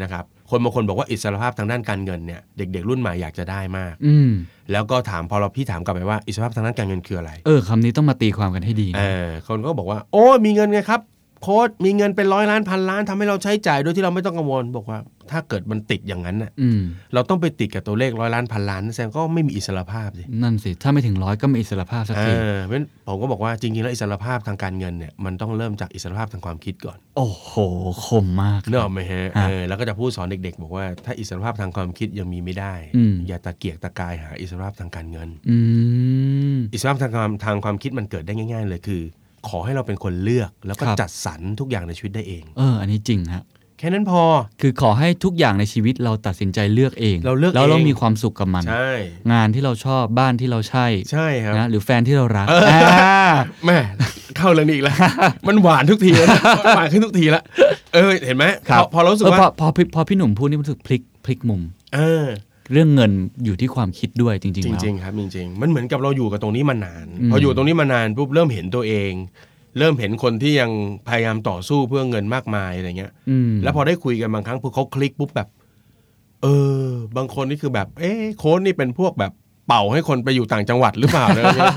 S4: นะครับ คนบางคนบอกว่าอิสรภาพทางด้านการเงินเนี่ยเด็ก ๆ รุ่นใหม่อยากจะได้มาก
S3: อืม
S4: แล้วก็ถามพอเราพี่ถามกลับไปว่าอิสรภาพทางด้านการเงินคืออะไร
S3: เออคำนี้ต้องมาตีความกันให้ดี
S4: เอ
S3: นะ
S4: อคนก็บอกว่า โอ้ยมีเงินไงครับ โค้ดมีเงินเป็นร้อยล้านพันล้านทำให้เราใช้จ่ายโดยที่เราไม่ต้องกังวลบอกว่า ถ้าเกิดมันติดอย่างนั้นน่ะ
S3: อืม
S4: เราต้องไปติดกับตัวเลขร้อยล้านพันล้านนั่นแสดงก็ไม่มีอิสรภาพสิ
S3: นั่นสิ ถ้าไม่ถึงร้อยก็ไม่อิสรภาพสัก
S4: เอ
S3: ที
S4: อเพราะฉะนั้นผมก็บอกว่าจริงๆแล้วอิสรภาพทางการเงินเนี่ยมันต้องเริ่มจากอิสรภาพทางความคิดก่อน
S3: โอ้โหคมมาก
S4: เนกออกไหมฮะ
S3: ฮะ
S4: เออแล้วก็จะพูดสอนเด็กๆ บอกว่าถ้าอิสรภาพทางความคิดยังมีไม่ได้
S3: อืม
S4: อย่าตะเกียกตะกายหาอิสรภาพทางการเงิน
S3: อืม
S4: อิสรภาพทางความทางความคิดมันเกิดได้ง่าย ๆ เลยคือ ขอให้เราเป็นคนเลือกแล้วก็
S3: ครับ
S4: จัดสรรทุกอย่างในชีวิตได้เอง
S3: เออ อันนี้จริงฮะ
S4: แค่นั้นพอ
S3: คือขอให้ทุกอย่างในชีวิตเราตัดสินใจเลือกเอง
S4: เราเลือก
S3: แล้วเรา
S4: เอง
S3: มีความสุขกับมัน
S4: ใช่
S3: งานที่เราชอบบ้านที่เราใช่
S4: ใช่ครับ
S3: นะหรือแฟนที่เรารักา
S4: แม่เข้าเรื่องนี้อีก แล้ว มันหวานทุกทีแล้วนะหวานขึ้นทุกทีละเออเห็นไหม
S3: ครับ
S4: พอพอเรารู้สึก
S3: เออ
S4: ว่า
S3: พอพอพี่พอพี่หนุ่มพูดนี่รู้สึกพลิกพลิกมุม
S4: เออ
S3: เรื่องเงินอยู่ที่ความคิดด้วยจริงๆ
S4: จริง
S3: แล้ว
S4: ๆครับจริงๆมันเหมือนกับเราอยู่กับตรงนี้มานาน
S3: อืม
S4: พออยู่ตรงนี้มานานปุ๊บเริ่มเห็นตัวเอง เริ่มเห็นคนที่ยังพยายามต่อสู้เพื่อเงินมากมายอะไรเงี้ย
S3: อืม
S4: แล้วพอได้คุยกันบางครั้งพวกเขาคลิกปุ๊บแบบ เออ บางคนนี่คือแบบ เอ๊ะโค้ดนี่เป็นพวกแบบเป่าให้คนไปอยู่ต่างจังหวัดหรือ เปล่าอะไรเงี้ย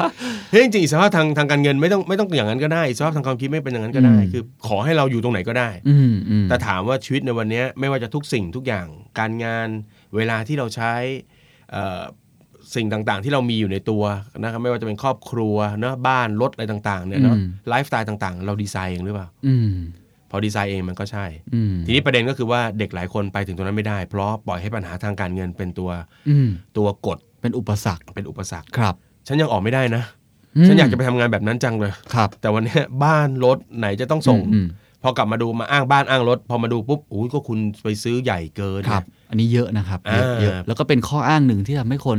S4: เฮ้ยจริงๆอิสภาพทางทางการเงินไม่ต้องไม่ต้องอย่างนั้นก็ได้อิสภาพทางความคิดไม่เป็นอย่างนั้นก็ได้
S3: อืม
S4: คือ ขอให้เราอยู่ตรงไหนก็ได้
S3: อืมอืม
S4: แต่ถามว่าชีวิตในวันเนี้ยไม่ว่าจะทุกสิ่งทุกอย่างการงานเวลาที่เราใช้เอ่อสิ่งต่างๆ ที่เรามีอยู่ในตัวนะครับไม่ว่าจะเป็นครอบครัวเนอะบ้านรถอะไรต่างๆเนี่ยเนอะไลฟ์สไตล์ต่างๆ เราดีไซน์เองหรือเปล่า
S3: อืม
S4: พอดีไซน์เองมันก็ใช่
S3: อืม
S4: ทีนี้ประเด็นก็คือว่าเด็กหลายคนไปถึงตรงนั้นไม่ได้ เพราะปล่อยให้ปัญหาทางการเงินเป็นตัว
S3: อืม
S4: ตัวกด
S3: เป็นอุปสรรค
S4: เป็นอุปสรรค
S3: ครับ
S4: ฉันยังออกไม่ได้นะ
S3: ม
S4: ฉันอยากจะไปทำงานแบบนั้นจังเลย
S3: ครับ
S4: แต่วันเนี้ยบ้านรถไหนจะต้องส่ง
S3: อืม
S4: พอกลับมาดูมาอ้างบ้านอ้างรถ พอมาดูปุ๊บอุ้ยก็คุณไปซื้อใหญ่เกิน
S3: ค
S4: เนี่ย
S3: รับ อันนี้เยอะนะครับเยอะ
S4: อ่า
S3: เยอะแล้วก็เป็นข้ออ้างหนึ่งที่ทำให้คน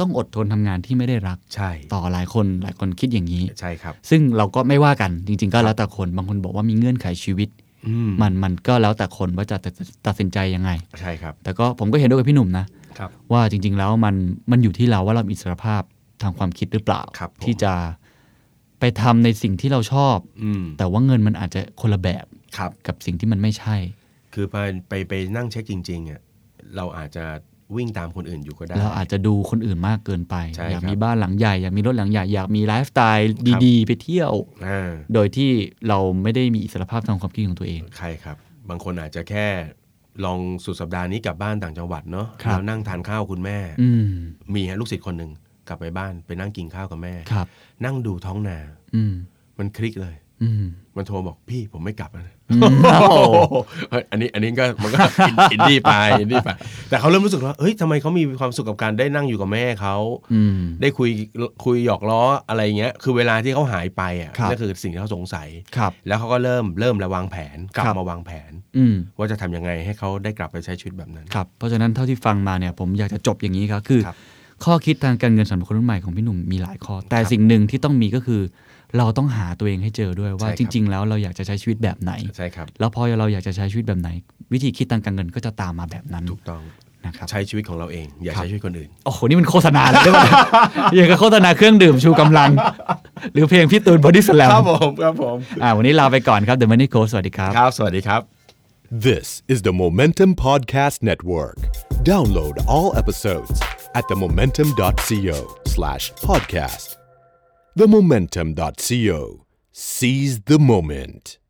S3: ต้องอดทนทำงานที่ไม่ได้รัก
S4: ใช่
S3: ต่อหลายคนหลายคนคิดอย่างนี้
S4: ใช่ครับ
S3: ซึ่งเราก็ไม่ว่ากันจริง ๆ ก็แล้วแต่คนบางคนบอกว่ามีเงื่อนไขชีวิต
S4: อืม
S3: มันมันก็แล้วแต่คนว่าจะตัดตัดสินใจยังไง
S4: ใช่ครับ
S3: แต่ก็ผมก็เห็นด้วยกับพี่หนุ่มนะ
S4: ครับ
S3: ว่าจริง ๆ แล้วมันมันอยู่ที่เราว่าเรามีอิสรภาพทางความคิดหรือเปล่า
S4: ครับผม
S3: ที่จะไปทำในสิ่งที่เราชอบ
S4: อืม
S3: แต่ว่าเงินมันอาจจะคนละแบบ
S4: ครับ
S3: กับสิ่งที่มันไม่ใช่
S4: คือไปไปไปนั่งเช็คจริงๆอ่ะเราอาจจะวิ่งตามคนอื่นอยู่ก็ได้
S3: เราอาจจะดูคนอื่นมากเกินไป
S4: ใช่
S3: อยาก
S4: ครับ
S3: มีบ้านหลังใหญ่อยากมีรถหลังใหญ่อยากมีไลฟ์สไตล์ดีๆ ไปเที่ยว
S4: อ่า
S3: โดยที่เราไม่ได้มีอิสรภาพทางความคิดของตัวเอง
S4: ใครครับ บางคนอาจจะแค่ลองสุดสัปดาห์นี้กลับบ้านต่างจังหวัดเนาะ
S3: ครับ
S4: แล้วนั่งทานข้าวคุณแม่
S3: อืม
S4: มีฮะลูกศิษย์คนหนึ่งกลับไปบ้านไปนั่งกินข้าวกับแม่
S3: ครับ
S4: นั่งดูท้องนา
S3: อืม
S4: มันคลิกเลย
S3: อืม
S4: มันโทรบอกพี่ผมไม่กลับแล้วนะ
S3: อืมโอ้โห
S4: เฮ้ยอันนี้อันนี้ก็มันก็ อินอินดี้ไปอินดี้ไปแต่เขาเริ่มรู้สึกว่าเฮ้ยทำไมเขามีความสุขกับการได้นั่งอยู่กับแม่เขา
S3: อืม
S4: ได้คุยคุยหยอกล้ออะไรอย่างเงี้ย คือเวลาที่เขาหายไปอ่ะ
S3: ครับ
S4: นั่นคือสิ่งที่เขาสงสัย
S3: ครับ
S4: แล้วเขาก็เริ่มเริ่มระวางแผนกลับ
S3: ครับ
S4: มาวางแผน
S3: อืม
S4: ว่าจะทำยังไงให้เขาได้กลับไปใช้ชีวิตแบบนั้น
S3: ครับ เพราะฉะนั้นเท่าที่ฟังมาเนี่ยผมอยากจะจบอย่างนี้ครับคือ
S4: ครับ
S3: ข้อคิดทางการเงินสำหรับคนรุ่นใหม่ของพี่หนุ่มมีหลายข้อ แต่
S4: ครับ
S3: สิ่งหนึ่งที่ต้องมีก็คือ เราต้องหาตัวเองให้เจอด้วยว่า
S4: ใช่ค
S3: จ
S4: รับ
S3: ริง ๆ แล้วเราอยากจะใช้ชีวิตแบบไหน
S4: ใช่ครับ
S3: แล้วพอเราอยากจะใช้ชีวิตแบบไหน วิธีคิดทางการเงินก็จะตามมาแบบนั้น
S4: ถูกต้อง
S3: นะครับ
S4: ใช้ชีวิตของเราเอง อย่าใช้ชีวิตคนอื่น
S3: โอ้โหนี่มันโฆษณาเลยใช่ไหม อย่างกับโฆษณาเครื่องดื่มชูกำลัง หรือเพลงพี่ตูนบอดี้สแลม
S4: ครับผมครับผม
S3: อ่าวันนี้ลาไปก่อนครับเดอะมันนี่โคสวัสดีครับ
S4: ครับสวัสดีครับ
S1: This is the Momentum Podcast Network. Download all episodes at themomentum.co slash podcast. Themomentum.co. Seize the moment.